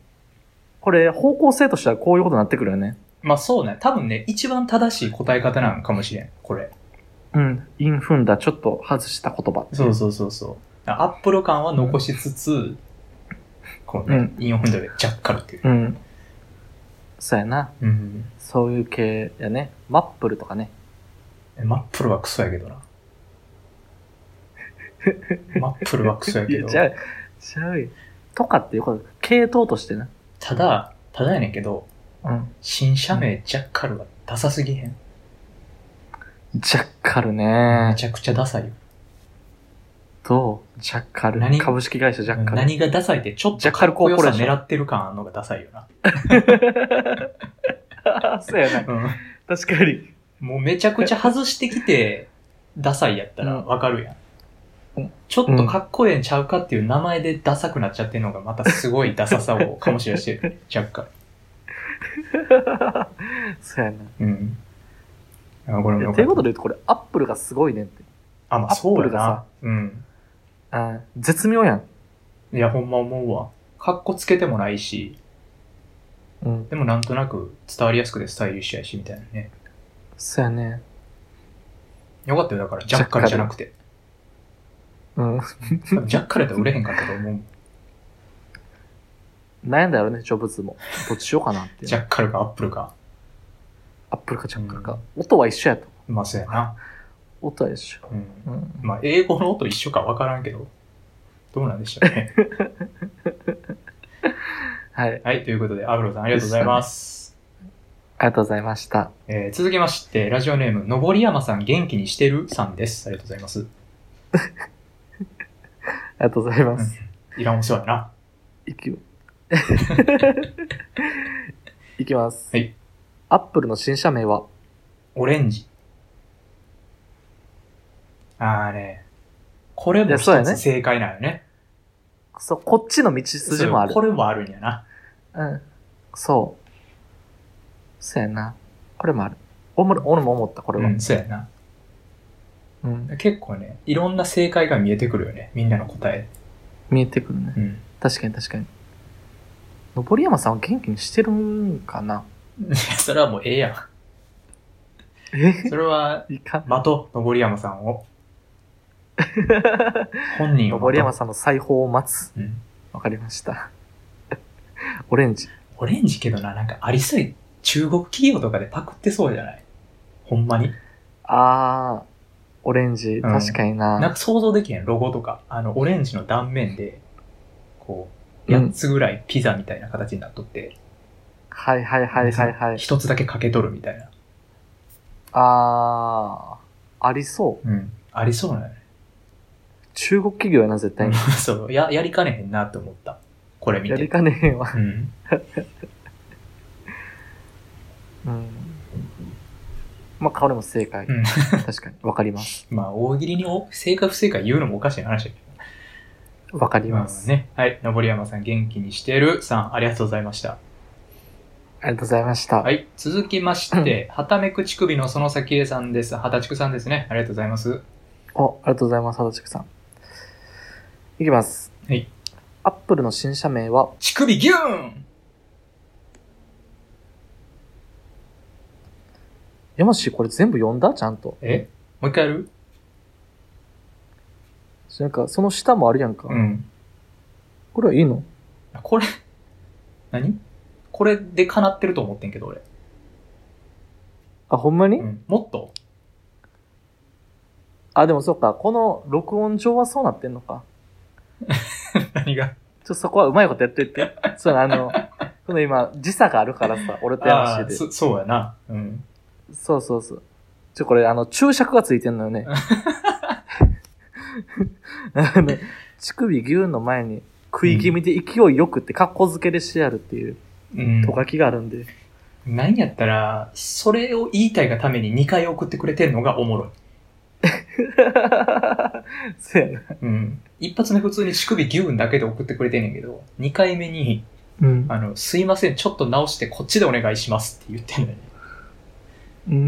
Speaker 2: これ、方向性としてはこういうことになってくるよね。
Speaker 1: まあそうね、多分ね、一番正しい答え方なのかもしれん、これ。
Speaker 2: うん。インフンダ、ちょっと外した言葉。
Speaker 1: そうそうそうそう。アップル感は残しつつ、こう
Speaker 2: う
Speaker 1: ね
Speaker 2: ん、
Speaker 1: インフンダでジャッカルっていう。
Speaker 2: う。うん。そうやな。
Speaker 1: うん。
Speaker 2: そういう系やね。マップルとかね。
Speaker 1: マップルはクソやけ どな。マップルはクソや
Speaker 2: い
Speaker 1: け
Speaker 2: や、
Speaker 1: ど。
Speaker 2: ちゃう。ちゃうよ。とかっていうこと、系統としてな。
Speaker 1: ただ、ただやねんけど、
Speaker 2: うん。
Speaker 1: 新社名ジャッカルはダサすぎへん。
Speaker 2: ジャッカルね
Speaker 1: め。ちゃくちゃダサいよ。
Speaker 2: どうジャッカル。
Speaker 1: 何
Speaker 2: 株式会社ジャッカル。
Speaker 1: 何がダサいって、ちょっ
Speaker 2: ジ
Speaker 1: と
Speaker 2: ャッカルコーポレーション
Speaker 1: かっこよさ狙ってる感あんのがダサいよな。
Speaker 2: そうやな。確かに。
Speaker 1: もうめちゃくちゃ外してきて、ダサいやったら
Speaker 2: うん
Speaker 1: わかるやん。
Speaker 2: うん
Speaker 1: ちょっとかっこええんちゃうかっていう名前でダサくなっちゃってるのがまたすごいダサさを醸し出してる。若干。
Speaker 2: そうやな。
Speaker 1: うん。あこれもよかっ
Speaker 2: と
Speaker 1: た
Speaker 2: いうことで言うと、これ、アップルがすごいねんって。
Speaker 1: あ、まあ
Speaker 2: アップ
Speaker 1: そうや
Speaker 2: ルが
Speaker 1: な
Speaker 2: さ。
Speaker 1: うん。
Speaker 2: あー絶妙やん。
Speaker 1: いや、ほんま思うわ。かっこつけてもないし、
Speaker 2: うん。
Speaker 1: でもなんとなく伝わりやすくてスタイリッシュやし、みたいなね。
Speaker 2: そうやね。
Speaker 1: よかったよ、だから、ジャッカルじゃなくて。
Speaker 2: うん。
Speaker 1: 多分ジャッカルやったら売れへんかったと思う。
Speaker 2: 悩んだやろね、ジョブズも。どっちしようか なって。
Speaker 1: ジャッカルかアップルか。
Speaker 2: アップルかジャッカルか。音は一緒やと。
Speaker 1: まあ、そうやな。
Speaker 2: 音は一緒。
Speaker 1: うん。
Speaker 2: うん。
Speaker 1: まあ、英語の音一緒かわからんけど、どうなんでしょう ね。
Speaker 2: はい。
Speaker 1: はい、ということで、アブロさんありがとうございます。
Speaker 2: ありがとうございました。
Speaker 1: えー続きまして、ラジオネーム、のぼりやまさん元気にしてるさんです。ありがとうございます。
Speaker 2: ありがとうございます。
Speaker 1: いらんお世話やな。
Speaker 2: いき、 いきます。
Speaker 1: はい。
Speaker 2: アップルの新社名は、
Speaker 1: オレンジ。あーね。これ
Speaker 2: い
Speaker 1: も
Speaker 2: やそう
Speaker 1: 一
Speaker 2: やね
Speaker 1: つ正解なんよね。
Speaker 2: そう、こっちの道筋もある
Speaker 1: そう。これもあるんやな。
Speaker 2: うん。そう。そうやな。これもある。おもろ俺も思った、これは。
Speaker 1: うん、そうやな。
Speaker 2: うん。
Speaker 1: 結構ね、いろんな正解が見えてくるよね。みんなの答え。
Speaker 2: 見えてくるね。
Speaker 1: うん。
Speaker 2: 確かに確かに。登山さんは元気にしてるんかない
Speaker 1: やそれはもうええやん。
Speaker 2: え
Speaker 1: それは、
Speaker 2: いかん。
Speaker 1: 的、登山さんを。本人を。
Speaker 2: 登山さんの裁縫を待つ。
Speaker 1: うん。
Speaker 2: わかりました。オレンジ。
Speaker 1: オレンジけどな、なんかありそうや中国企業とかでパクってそうじゃないほんまに。
Speaker 2: あー、オレンジ。確かにな。
Speaker 1: なんか想像できへん、ロゴとか。あの、オレンジの断面で、こう、
Speaker 2: うん
Speaker 1: 8つぐらいピザみたいな形になっとって、
Speaker 2: はいはいはいはいはい。
Speaker 1: 1つだけかけとるみたいな。
Speaker 2: あー、ありそう。
Speaker 1: うん。ありそうなのよね。
Speaker 2: 中国企業やな、絶対に。
Speaker 1: そう、や、やりかねへんなって思った。これ見
Speaker 2: やり
Speaker 1: て。
Speaker 2: かねえわ。
Speaker 1: うん。
Speaker 2: うん。まあ、これも正解
Speaker 1: う。ん。
Speaker 2: 確かに。わかります。
Speaker 1: まあ、大喜利にお正解不正解言うのもおかしい話だけど。
Speaker 2: わかります。
Speaker 1: ね。はい。のぼりやまさん元気にしてるさん、ありがとうございました。
Speaker 2: ありがとうございました。
Speaker 1: はい。続きまして、はためく乳首のその先へさんです。はたちくさんですね。ありがとうございます。
Speaker 2: お、ありがとうございます、はたちくさん。いきます。
Speaker 1: はい。
Speaker 2: アップルの新社名は、
Speaker 1: 乳首ギューン
Speaker 2: やまし、これ全部読んだちゃんと。
Speaker 1: えもう一回やる
Speaker 2: なんか、その下もあるやんか。
Speaker 1: うん。
Speaker 2: これはいいの
Speaker 1: これ、何これで叶ってると思ってんけど、俺。
Speaker 2: あ、ほんまに、
Speaker 1: うん。もっと
Speaker 2: あ、でもそっか。この録音上はそうなってんのか。
Speaker 1: 何が
Speaker 2: ちょっとそこはうまいことやっといて。 そのあの、この今、時差があるからさ、俺とやま
Speaker 1: あ
Speaker 2: し
Speaker 1: あー、
Speaker 2: で。
Speaker 1: そそうやな。うん。
Speaker 2: そうそうそう。ちょ、これ、あの、注釈がついてんの よね。あの、乳首ギューンの前に、食い気味で勢いよくって、格好付けでしてやるっていう、
Speaker 1: うん
Speaker 2: と。がきがあるんで。
Speaker 1: なんやったら、それを言いたいがために2回送ってくれてんのがおもろい。
Speaker 2: そうやな。
Speaker 1: うん。一発目普通に乳首ギューンだけで送ってくれてんねんけど、2回目に、
Speaker 2: うん。
Speaker 1: あの、すいません、ちょっと直してこっちでお願いしますって言ってんのよね。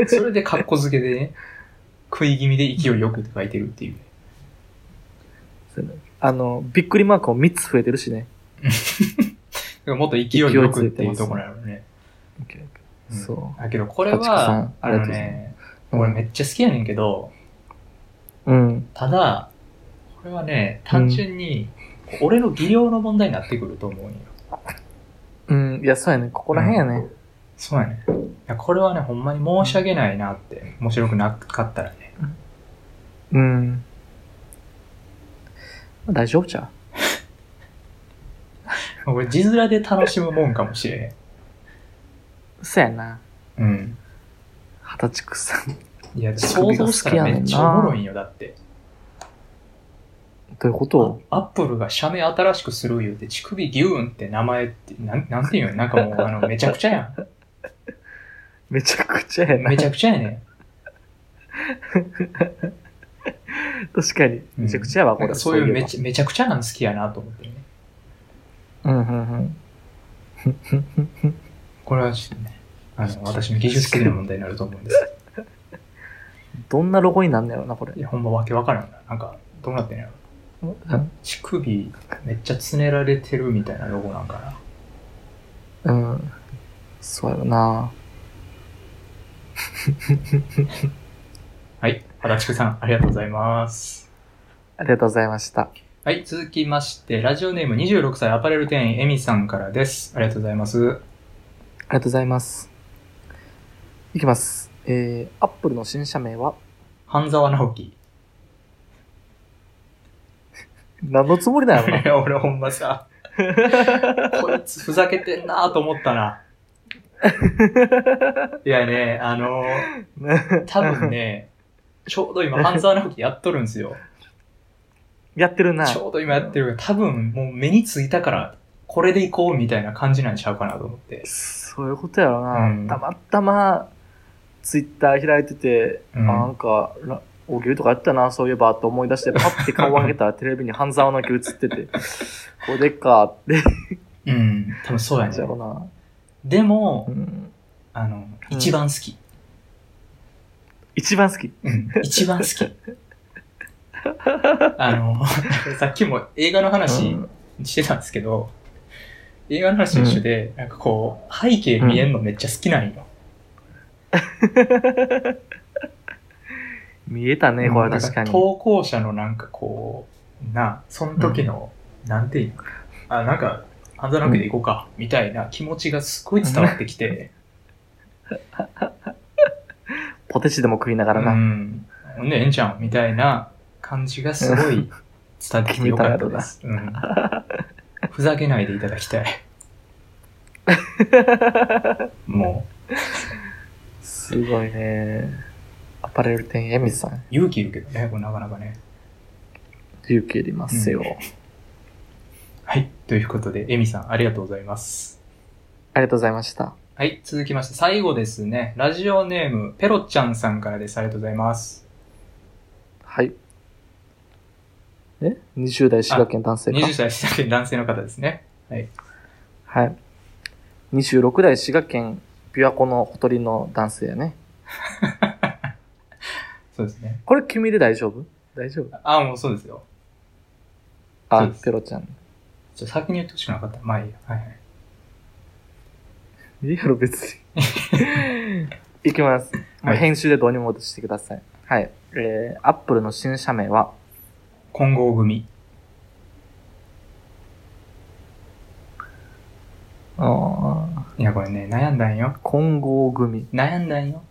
Speaker 2: う ん。
Speaker 1: それで格好付けでね、食い気味で勢いよくって書いてるっていう。
Speaker 2: そうやなあの、びっくりマークも3つ増えてるしね。
Speaker 1: だからもっと勢いよくっていうところなのね。
Speaker 2: オッケーオッケー
Speaker 1: うん
Speaker 2: そ
Speaker 1: だけどこれ
Speaker 2: 勝子さん
Speaker 1: は、あの
Speaker 2: ありが
Speaker 1: ね、
Speaker 2: う。
Speaker 1: 俺めっちゃ好きやねんけど、
Speaker 2: うん。
Speaker 1: ただ、これはね、単純に、俺の技量の問題になってくると思うんよ。
Speaker 2: うん。いや、そうやね。ここら辺やね。
Speaker 1: そうやね。いや、これはね、ほんまに申し訳ないなって、面白くなかったらね。
Speaker 2: うん。大丈夫ちゃ
Speaker 1: 俺、字面で楽しむもんかもしれ
Speaker 2: うそうやな。
Speaker 1: へん。うん。
Speaker 2: 二十歳くさん。
Speaker 1: いや、想像したらめっちゃおもろいんよ、だって。
Speaker 2: どういうこと
Speaker 1: アップルが社名新しくする言うて、乳首ギューンって名前って、なんなんていうんなんかもう、あ の、めちゃくちゃや
Speaker 2: めちゃくちゃや
Speaker 1: ん。
Speaker 2: な。
Speaker 1: めちゃくちゃやねん。
Speaker 2: 確かに。めちゃくちゃやわ、
Speaker 1: な
Speaker 2: こ
Speaker 1: んか
Speaker 2: れ。
Speaker 1: そういうめ
Speaker 2: ゃ。
Speaker 1: ちゃめちゃくちゃなん好きやなと思ってね。
Speaker 2: うん、うん、うん。
Speaker 1: これはちょっとね、あの、私の技術的な問題になると思うんですけど。
Speaker 2: どんなロゴになんねやろな、これ
Speaker 1: い。や、ほんまわけわからんな。なんか、どうなってんやろ。
Speaker 2: うん。
Speaker 1: 乳首めっちゃつねられてるみたいなロゴなんかな。
Speaker 2: うん。そうやろな。
Speaker 1: はい。足立くさん、ありがとうございます。
Speaker 2: ありがとうございました。
Speaker 1: はい。続きまして、ラジオネーム26歳アパレル店員エミさんからです。ありがとうございます。
Speaker 2: ありがとうございます。いきます。えー、アップルの新社名は、
Speaker 1: 半沢直樹。
Speaker 2: 何のつもりだよ
Speaker 1: いや、 俺ほんまさ、こいつふざけてんなと思った な。いやね、あの
Speaker 2: な。
Speaker 1: 多分ね、ちょうど今、半沢直樹やっとるんですよ。
Speaker 2: やってるな。
Speaker 1: ちょうど今やってるから、多分もう目についたから、これでいこうみたいな感じなんちゃうかなと思って。
Speaker 2: そういうことやろな。
Speaker 1: うん
Speaker 2: たまたま、ツイッター開いてて、
Speaker 1: うん
Speaker 2: あなんか、ら大喜利とかやってたな、そういえば、と思い出して、パッて顔を上げ たらテレビに半沢の木映ってて、これでかって
Speaker 1: うん、多分そうや
Speaker 2: 感
Speaker 1: ね
Speaker 2: じや。ろな。
Speaker 1: でも
Speaker 2: う、ん、
Speaker 1: あの、
Speaker 2: うん
Speaker 1: 一番好き。
Speaker 2: 一番好き。
Speaker 1: うん、一番好き。 あの、さっきも映画の話
Speaker 2: うん
Speaker 1: してたんですけど、映画の話と一緒で、なんかこう、背景見えんのめっちゃ好きなんよ。
Speaker 2: 見えたね、こ
Speaker 1: うん
Speaker 2: れ
Speaker 1: なん
Speaker 2: 確かに。
Speaker 1: 投稿者のなんかこう、な、その時の、なんていうか、あ、なんか、半沢直樹でいこうか、みたいな気持ちがすごい伝わってきて、
Speaker 2: ポテチでも食いなが
Speaker 1: う
Speaker 2: ら な。
Speaker 1: ん、ほんでええんちゃん、みたいな感じがすごい伝わってきてよかったです。うん、ふざけないでいただきたい。も
Speaker 2: すごいね。アパレル店、エミさん
Speaker 1: う、、勇気いるけどね、これなかなかね。
Speaker 2: 勇気いりますよ。
Speaker 1: うん
Speaker 2: あ
Speaker 1: はい、ということで、エミさん、ありがとうございます。
Speaker 2: りがとうございました。
Speaker 1: はい、続きまして、最後ですね。ラジオネーム、ペロちゃんさんからです。ありがとうございます。
Speaker 2: はい。え ?20 代滋賀県男性か。
Speaker 1: 20歳下の男性の方ですね。はい。
Speaker 2: はい。26代滋賀県琵琶湖のほとりの男性やね。
Speaker 1: そうですね。
Speaker 2: これ君で大丈夫大丈夫
Speaker 1: あ、もうそうですよ。そ
Speaker 2: あ
Speaker 1: うです、
Speaker 2: ペロちゃん。
Speaker 1: ちょ先に言ってほしくなかった。まあいいや。はいはい。
Speaker 2: いいやろ、別に。 いきます。もう編集でどうにもしてください。はい。えー、アップルの新社名は、
Speaker 1: 混合組。
Speaker 2: あ
Speaker 1: いや、これね、悩んだんよ。
Speaker 2: ー混合組。
Speaker 1: 悩んだんよ。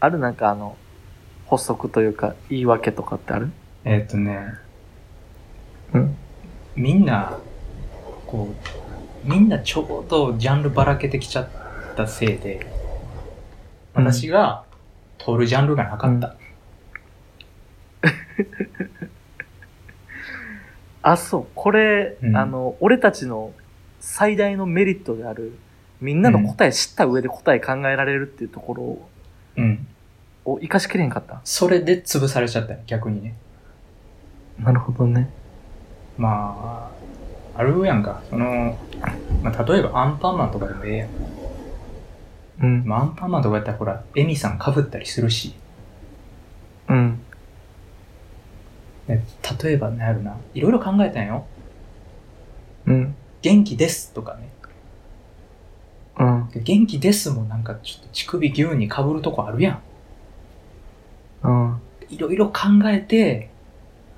Speaker 2: あるなんかあの、補足というか、言い訳とかってある
Speaker 1: えーっとね、
Speaker 2: うん。
Speaker 1: みんな、こう、みんなちょうどジャンルばらけてきちゃったせいで、
Speaker 2: うん
Speaker 1: 私が取るジャンルがなかった。
Speaker 2: あ、そう。これ、
Speaker 1: うん
Speaker 2: あの、俺たちの最大のメリットである、みんなの答え知った上で答え考えられるっていうところを
Speaker 1: うん。
Speaker 2: を生かしきれんかった。
Speaker 1: それで潰されちゃった、逆にね。
Speaker 2: なるほどね。
Speaker 1: まあ、あるやんか。その、まあ、例えばアンパンマンとかでもええやん。
Speaker 2: うん。
Speaker 1: まあ、アンパンマンとかやったらほら、エミさん被ったりするし、
Speaker 2: うん。
Speaker 1: ね、例えばなんやろな、いろいろ考えたんよ。
Speaker 2: うん。
Speaker 1: 元気ですとかね。で元気ですもなんかちょっと乳首牛にかぶるとこあるやん。
Speaker 2: うん。
Speaker 1: いろいろ考えて、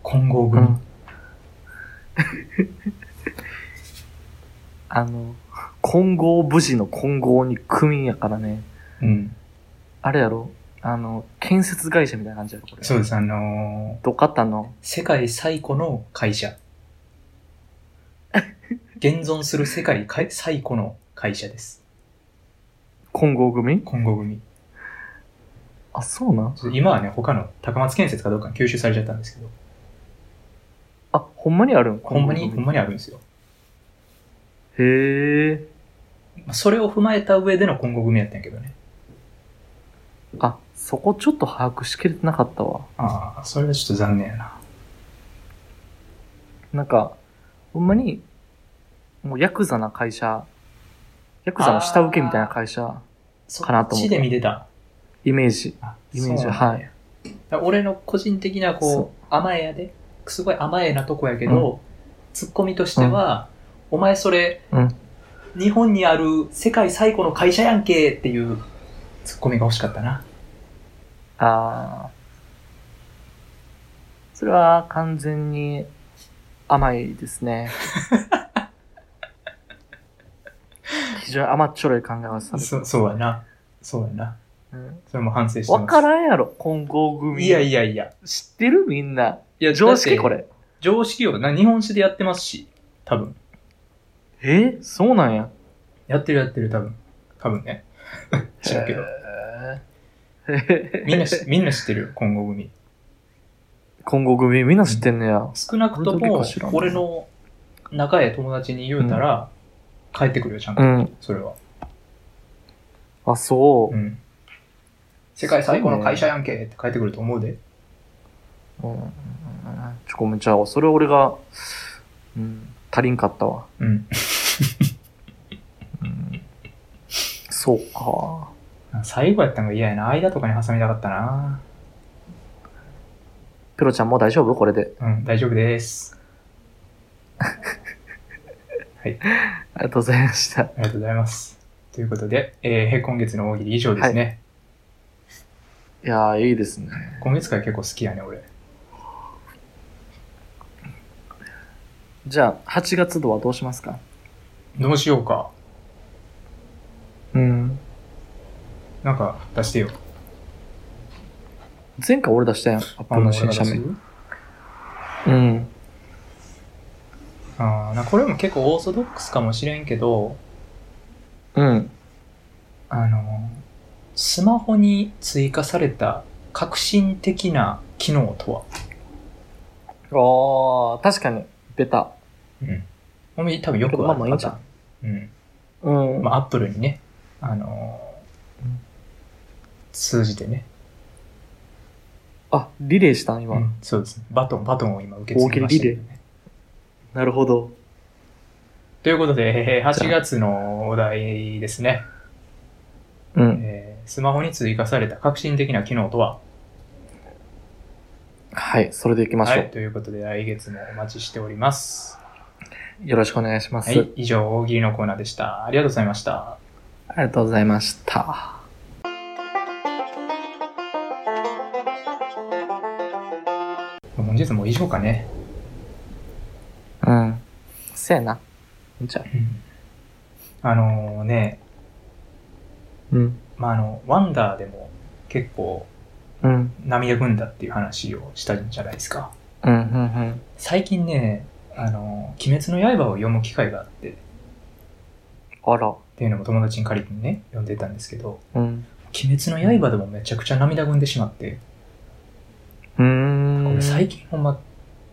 Speaker 1: 混合
Speaker 2: う
Speaker 1: 組。
Speaker 2: ん。 あの、混合無事の混合に組やからね。
Speaker 1: うん。
Speaker 2: あれやろあの、建設会社みたいな感じやろこれ。
Speaker 1: そうです、あのー
Speaker 2: どっかあったの
Speaker 1: 世界最古の会 社。現存する世界かい最古の会社です。
Speaker 2: 混合組
Speaker 1: 混合組。
Speaker 2: あ、そうなん
Speaker 1: 今はね、他の高松建設かどうかに吸収されちゃったんですけど、
Speaker 2: あ、ほんまにあるん
Speaker 1: ほんまに、
Speaker 2: 混合
Speaker 1: ほ
Speaker 2: 組
Speaker 1: んまにあるんですよ。
Speaker 2: へえ。
Speaker 1: まあそれを踏まえた上での混合組やったんやけどね。
Speaker 2: あ、そこちょっと把握しきれてなかったわ。
Speaker 1: ああ、それはちょっと残念やな。
Speaker 2: なんか、ほんまに、もうヤクザな会社、ヤクザの下請けみたいな会社、
Speaker 1: そ
Speaker 2: かな
Speaker 1: っ
Speaker 2: と思っ
Speaker 1: ち
Speaker 2: た
Speaker 1: で見てた。
Speaker 2: イメージ。
Speaker 1: あ
Speaker 2: イメージ
Speaker 1: そうなん
Speaker 2: は
Speaker 1: や
Speaker 2: い
Speaker 1: だから俺の個人的なこ
Speaker 2: そう
Speaker 1: 甘えやですごい甘えなとこやけど、ツッコミとしては、お前それ、
Speaker 2: うん
Speaker 1: 日本にある世界最古の会社やんけっていうツッコミが欲しかったな
Speaker 2: あーそれは完全に甘いで すね。非常に甘っちょろい考えをされ
Speaker 1: そそうやなそうやな
Speaker 2: る。うん
Speaker 1: それも反省してます
Speaker 2: わからんやろ、混合組。
Speaker 1: いやいやいや
Speaker 2: 知ってるみんな。
Speaker 1: いや
Speaker 2: 常識こ
Speaker 1: だっ
Speaker 2: れ
Speaker 1: て。常識よな日本史でやってますし多分
Speaker 2: えそうなんや。
Speaker 1: やってるやってる多分多分ね 知らんけど
Speaker 2: へー。
Speaker 1: みんなしみんな知ってるよ今後組
Speaker 2: 今後組みんな知ってんねや。
Speaker 1: 少なくと
Speaker 2: 俺の
Speaker 1: も
Speaker 2: 結構知らんな
Speaker 1: 俺の仲へ友達に言うたら、帰ってくるよちゃんと、
Speaker 2: うん。
Speaker 1: それは、
Speaker 2: あ、そう
Speaker 1: う。ん、世界最高の会社やんけって帰ってくると思うで
Speaker 2: うんうんうんうんちょ、ごめん、じゃあ、それ俺が、うん、足りんかったわ。
Speaker 1: うん
Speaker 2: うん、そうか。
Speaker 1: 最後やったんが嫌やな間とかに挟みたかったな
Speaker 2: ペロちゃんもう大丈夫これで。
Speaker 1: うん大丈夫です
Speaker 2: ありがとうございました。
Speaker 1: ありがとうございますということで、えー今月の大喜利以上ですね、
Speaker 2: いやー、いいですね。
Speaker 1: 今月から結構好きやね俺
Speaker 2: じゃあ、8月度はどうしますか
Speaker 1: どうしようか
Speaker 2: うん。
Speaker 1: なんか出してよ
Speaker 2: 前回俺出したやん。アップルの新
Speaker 1: 俺
Speaker 2: 社
Speaker 1: が出
Speaker 2: 名
Speaker 1: す。
Speaker 2: うん。
Speaker 1: あーなこれも結構オーソドックスかもしれんけど
Speaker 2: うん。
Speaker 1: あの、スマホに追加された革新的な機能とは、
Speaker 2: ああ、確かに、ベタ。
Speaker 1: うん。おめ多分よく
Speaker 2: ま
Speaker 1: は
Speaker 2: あまあいいんじゃん
Speaker 1: うん。
Speaker 2: うん。
Speaker 1: まあ、アップルにね、あのー
Speaker 2: うん
Speaker 1: 通じてね、
Speaker 2: あ、リレーしたん、今。
Speaker 1: うんそうですね。バトン、バトンを今受け継ぎましたけどね。
Speaker 2: なるほど。
Speaker 1: ということ で、えー8月のお題ですね、
Speaker 2: うん。
Speaker 1: えースマホに追加された革新的な機能とは、
Speaker 2: はい、それでいきましょう。
Speaker 1: はい、ということで、来月もお待ちしております。
Speaker 2: よろしくお願いします。
Speaker 1: はい、以上、大喜利のコーナーでした。ありがとうございました。
Speaker 2: ありがとうございました。
Speaker 1: 本日も以上かね。
Speaker 2: うん。せやな。じゃ
Speaker 1: あのね、
Speaker 2: うん。
Speaker 1: まあ、あの、ワンダーでも結構
Speaker 2: うん。
Speaker 1: 涙ぐんだっていう話をしたじゃないですか。
Speaker 2: うん。うん。
Speaker 1: 最近ね、あの、鬼滅の刃を読む機会があって、っ
Speaker 2: あら。
Speaker 1: ていうのも友達に借りてね、読んでたんですけど、
Speaker 2: うん。
Speaker 1: 鬼滅の刃でもめちゃくちゃ涙ぐんでしまって、
Speaker 2: う
Speaker 1: こ
Speaker 2: ー
Speaker 1: れ
Speaker 2: ん。
Speaker 1: 最近ほんま、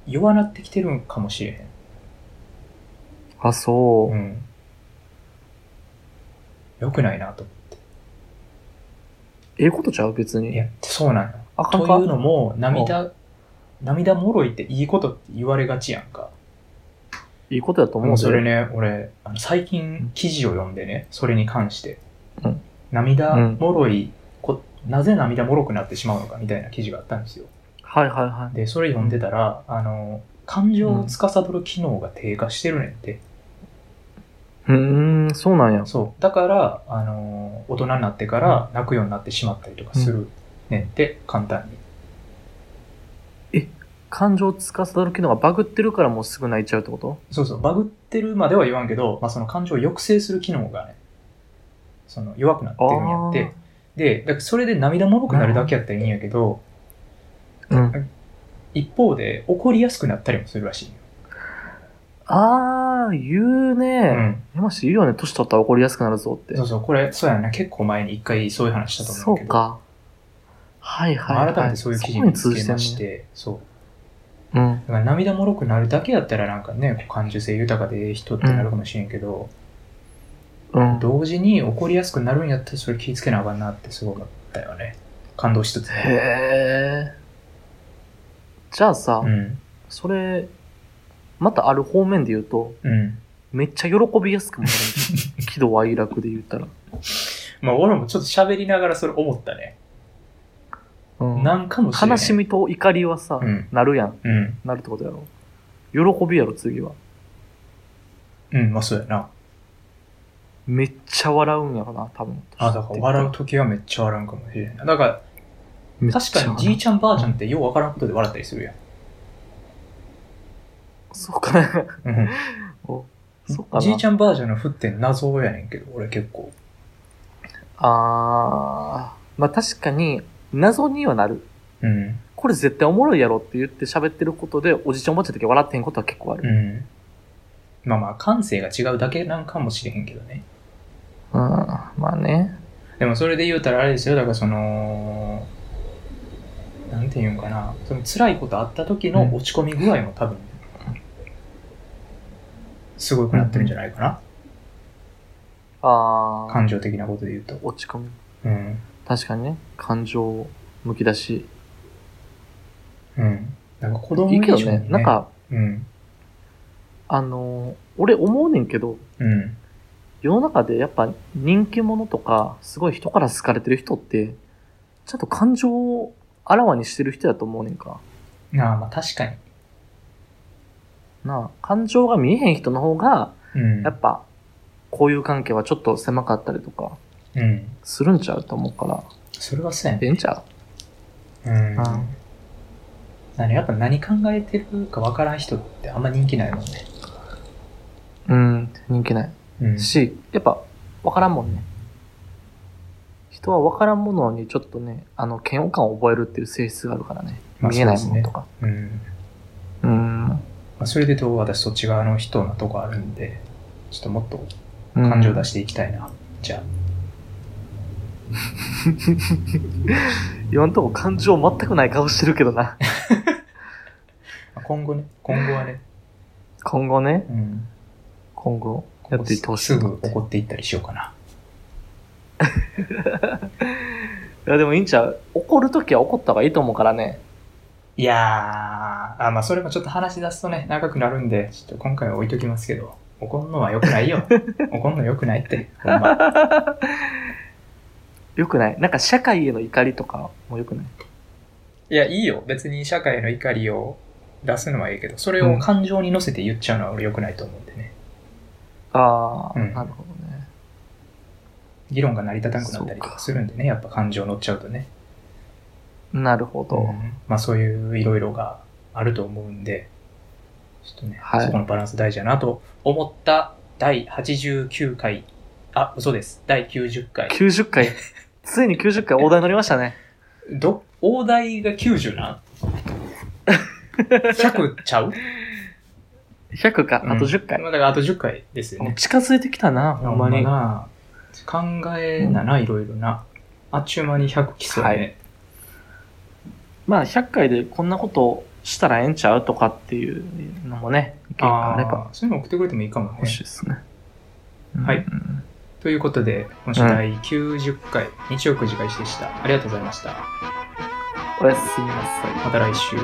Speaker 1: 弱なってきてるんかもしれ
Speaker 2: あ、
Speaker 1: へん。
Speaker 2: そうう。
Speaker 1: ん。良くないなと思って。
Speaker 2: ええことちゃう別
Speaker 1: い
Speaker 2: に。
Speaker 1: や、そうなのよ。
Speaker 2: あか
Speaker 1: と
Speaker 2: ん
Speaker 1: い
Speaker 2: か
Speaker 1: うのも涙涙もろいっていいことって言われがちやんか
Speaker 2: いいことやと思う
Speaker 1: もう
Speaker 2: で
Speaker 1: それ。ね俺あの最近記事を読んでねそれに関して、
Speaker 2: うん
Speaker 1: 涙もろいこなぜ涙もろくなってしまうのかみたいな記事があったんですよ
Speaker 2: はいはいはい。
Speaker 1: でそれ読んでたら、あの感情を司る機能が低下してるねんって、
Speaker 2: うーん、そうなんや。
Speaker 1: そう。だから、あのー大人になってから泣くようになってしまったりとかするねんって、簡単に。
Speaker 2: 感情を司る機能がバグってるからもうすぐ泣いちゃうってこと
Speaker 1: そうそう。バグってるまでは言わんけど、まあ、その感情を抑制する機能がね、その弱くなってるんやって。で、だからそれで涙もろくなるだけやったらいいんやけど、
Speaker 2: あーうん。
Speaker 1: 一方で怒りやすくなったりもするらしいよ。
Speaker 2: あー、言う
Speaker 1: う
Speaker 2: ね。
Speaker 1: ん。
Speaker 2: 山氏言うよね。年取ったら怒りやすくなるぞって
Speaker 1: そう。そう。これ、そうやな。結構前に一回そういう話したと思
Speaker 2: そうう
Speaker 1: けど。
Speaker 2: か。はいはい、はい。
Speaker 1: 改めてそういう記事
Speaker 2: そこ
Speaker 1: に
Speaker 2: に
Speaker 1: つ
Speaker 2: 通
Speaker 1: け
Speaker 2: じ
Speaker 1: ま
Speaker 2: ま
Speaker 1: し、
Speaker 2: してて。
Speaker 1: そう。
Speaker 2: うん。
Speaker 1: だから涙もろくなるだけやったらなんかね、こう感受性豊かでええ人ってなるかもしれんけど、
Speaker 2: うん。
Speaker 1: 同時に怒りやすくなるんやったらそれ気ぃつけなあかんなってすごかったよね。感動しつつ。
Speaker 2: へえ。じゃあさ、
Speaker 1: うん。
Speaker 2: それ、またある方面で言うと、
Speaker 1: うん。
Speaker 2: めっちゃ喜びやすくもなるんじゃん。喜怒哀楽で言ったら。
Speaker 1: まあ俺もちょっと喋りながらそれ思ったね。
Speaker 2: うん
Speaker 1: なんかもしれん。
Speaker 2: 悲し。みと怒りはさ、
Speaker 1: うん。
Speaker 2: なるやん。
Speaker 1: うん。
Speaker 2: なるってことやろ。喜びやろ、次は。
Speaker 1: うん、まあそうやな。
Speaker 2: めっちゃ笑うんやろな、多分。
Speaker 1: あ、だから笑う時はめっちゃ笑うかもしれんない。だから
Speaker 2: めっちゃ
Speaker 1: 確
Speaker 2: 笑う。
Speaker 1: かにじいちゃんばあちゃんってようわからんことで笑ったりするやん。
Speaker 2: そうかな。
Speaker 1: うん。
Speaker 2: おそうかな。
Speaker 1: じいちゃんばあちゃんの振って謎やねんけど、俺結構。
Speaker 2: あー。まあ確かに、謎にはなる。
Speaker 1: うん。
Speaker 2: これ絶対おもろいやろって言って喋ってることで、おじいちゃんおばあちゃんだけ笑ってへんことは結構あ
Speaker 1: う
Speaker 2: る。
Speaker 1: ん。まあまあ、感性が違うだけなんかもしれへんけどね。
Speaker 2: うん、まあね。
Speaker 1: でもそれで言うたらあれですよ、だからその、なんていうんかな、その辛いことあった時の落ち込み具合も多分、すごくなってるんじゃないかな。
Speaker 2: あー
Speaker 1: 感情的なことで言うと。
Speaker 2: 落ち込み。
Speaker 1: うん。
Speaker 2: 確かにね。感情むき出し。
Speaker 1: うん。なんか子供
Speaker 2: いいけど
Speaker 1: 以上に
Speaker 2: ね。なん、か、
Speaker 1: うん。
Speaker 2: あのー俺思うねんけど、
Speaker 1: うん。
Speaker 2: 世の中でやっぱ人気者とか、すごい人から好かれてる人って、ちゃんと感情をあらわにしてる人やと思うねんか。
Speaker 1: ああ、まあ確かに。
Speaker 2: なあ、感情が見えへん人の方が、
Speaker 1: うん。
Speaker 2: やっぱ、交友関係はちょっと狭かったりとか、
Speaker 1: うん。
Speaker 2: するんちゃうと思うから、
Speaker 1: それはそうやね。
Speaker 2: ええんちゃう
Speaker 1: うん
Speaker 2: あー。
Speaker 1: 何やっぱ何考えてるかわからん人ってあんま人気ないもんね。
Speaker 2: うん、人気ない。
Speaker 1: うん
Speaker 2: し、やっぱ、わからんもんね。人はわからんものにちょっとね、あの、嫌悪感を覚えるっていう性質があるからね。
Speaker 1: まあ
Speaker 2: 見えない
Speaker 1: そう
Speaker 2: も
Speaker 1: ですね
Speaker 2: のとか。
Speaker 1: うん。
Speaker 2: うーん。
Speaker 1: まあ、それで言うと私そっち側の人のとこあるんで、ちょっともっと感情出
Speaker 2: し。
Speaker 1: していきたいな。じゃあ。
Speaker 2: 今んとこ感情全くない顔してるけどな。
Speaker 1: まあ今後ね、今後は ね、
Speaker 2: 今後ね、
Speaker 1: うん。
Speaker 2: 今後、やっていってほしい
Speaker 1: す
Speaker 2: な
Speaker 1: ぐ
Speaker 2: って。
Speaker 1: 怒っていったりしようかな。
Speaker 2: いや、でもいいんちゃう怒るときは怒った方がいいと思うからね。
Speaker 1: いやー、あまあそれもちょっと話し出すとね、長くなるんで、ちょっと今回は置いときますけど、怒んのは良くない よ。怒んの良くないって、ほんま。
Speaker 2: よくないなんか社会への怒りとかもよくない
Speaker 1: いや、いいよ。別に社会の怒りを出すのはいいけど、それを感情に乗せて言っちゃうのは俺良くないと思うんでね。
Speaker 2: ああ、
Speaker 1: うん
Speaker 2: なるほどね。
Speaker 1: 議論が成り立たなくなったりとかするんでね、やっぱ感情乗っちゃうとね。
Speaker 2: なるほど。
Speaker 1: うんまあそういういろいろがあると思うんで、ちょっとね、
Speaker 2: はい
Speaker 1: そこのバランス大事だなと思った第89回、あ、嘘です。第90回。
Speaker 2: 90回、 ついに90回大台乗りましたね。
Speaker 1: ど、大台が90なん ?100 ちゃう
Speaker 2: 100か、あと10回。
Speaker 1: まあだからあと10回ですよね。
Speaker 2: 近づいてきたな、ほんまに。
Speaker 1: な。考えなな、いろいろな。あっちゅう間に100来そうね。
Speaker 2: まあ、100回でこんなことしたらええんちゃうとかっていうのもね、意見があれば
Speaker 1: あーそういうの送ってくれてもいいかもね
Speaker 2: 欲。しいですね。
Speaker 1: はい
Speaker 2: うん
Speaker 1: ということで、今週第90回、日曜9時開始でした。ありがとうございました。
Speaker 2: おやすみなさい。
Speaker 1: また来週。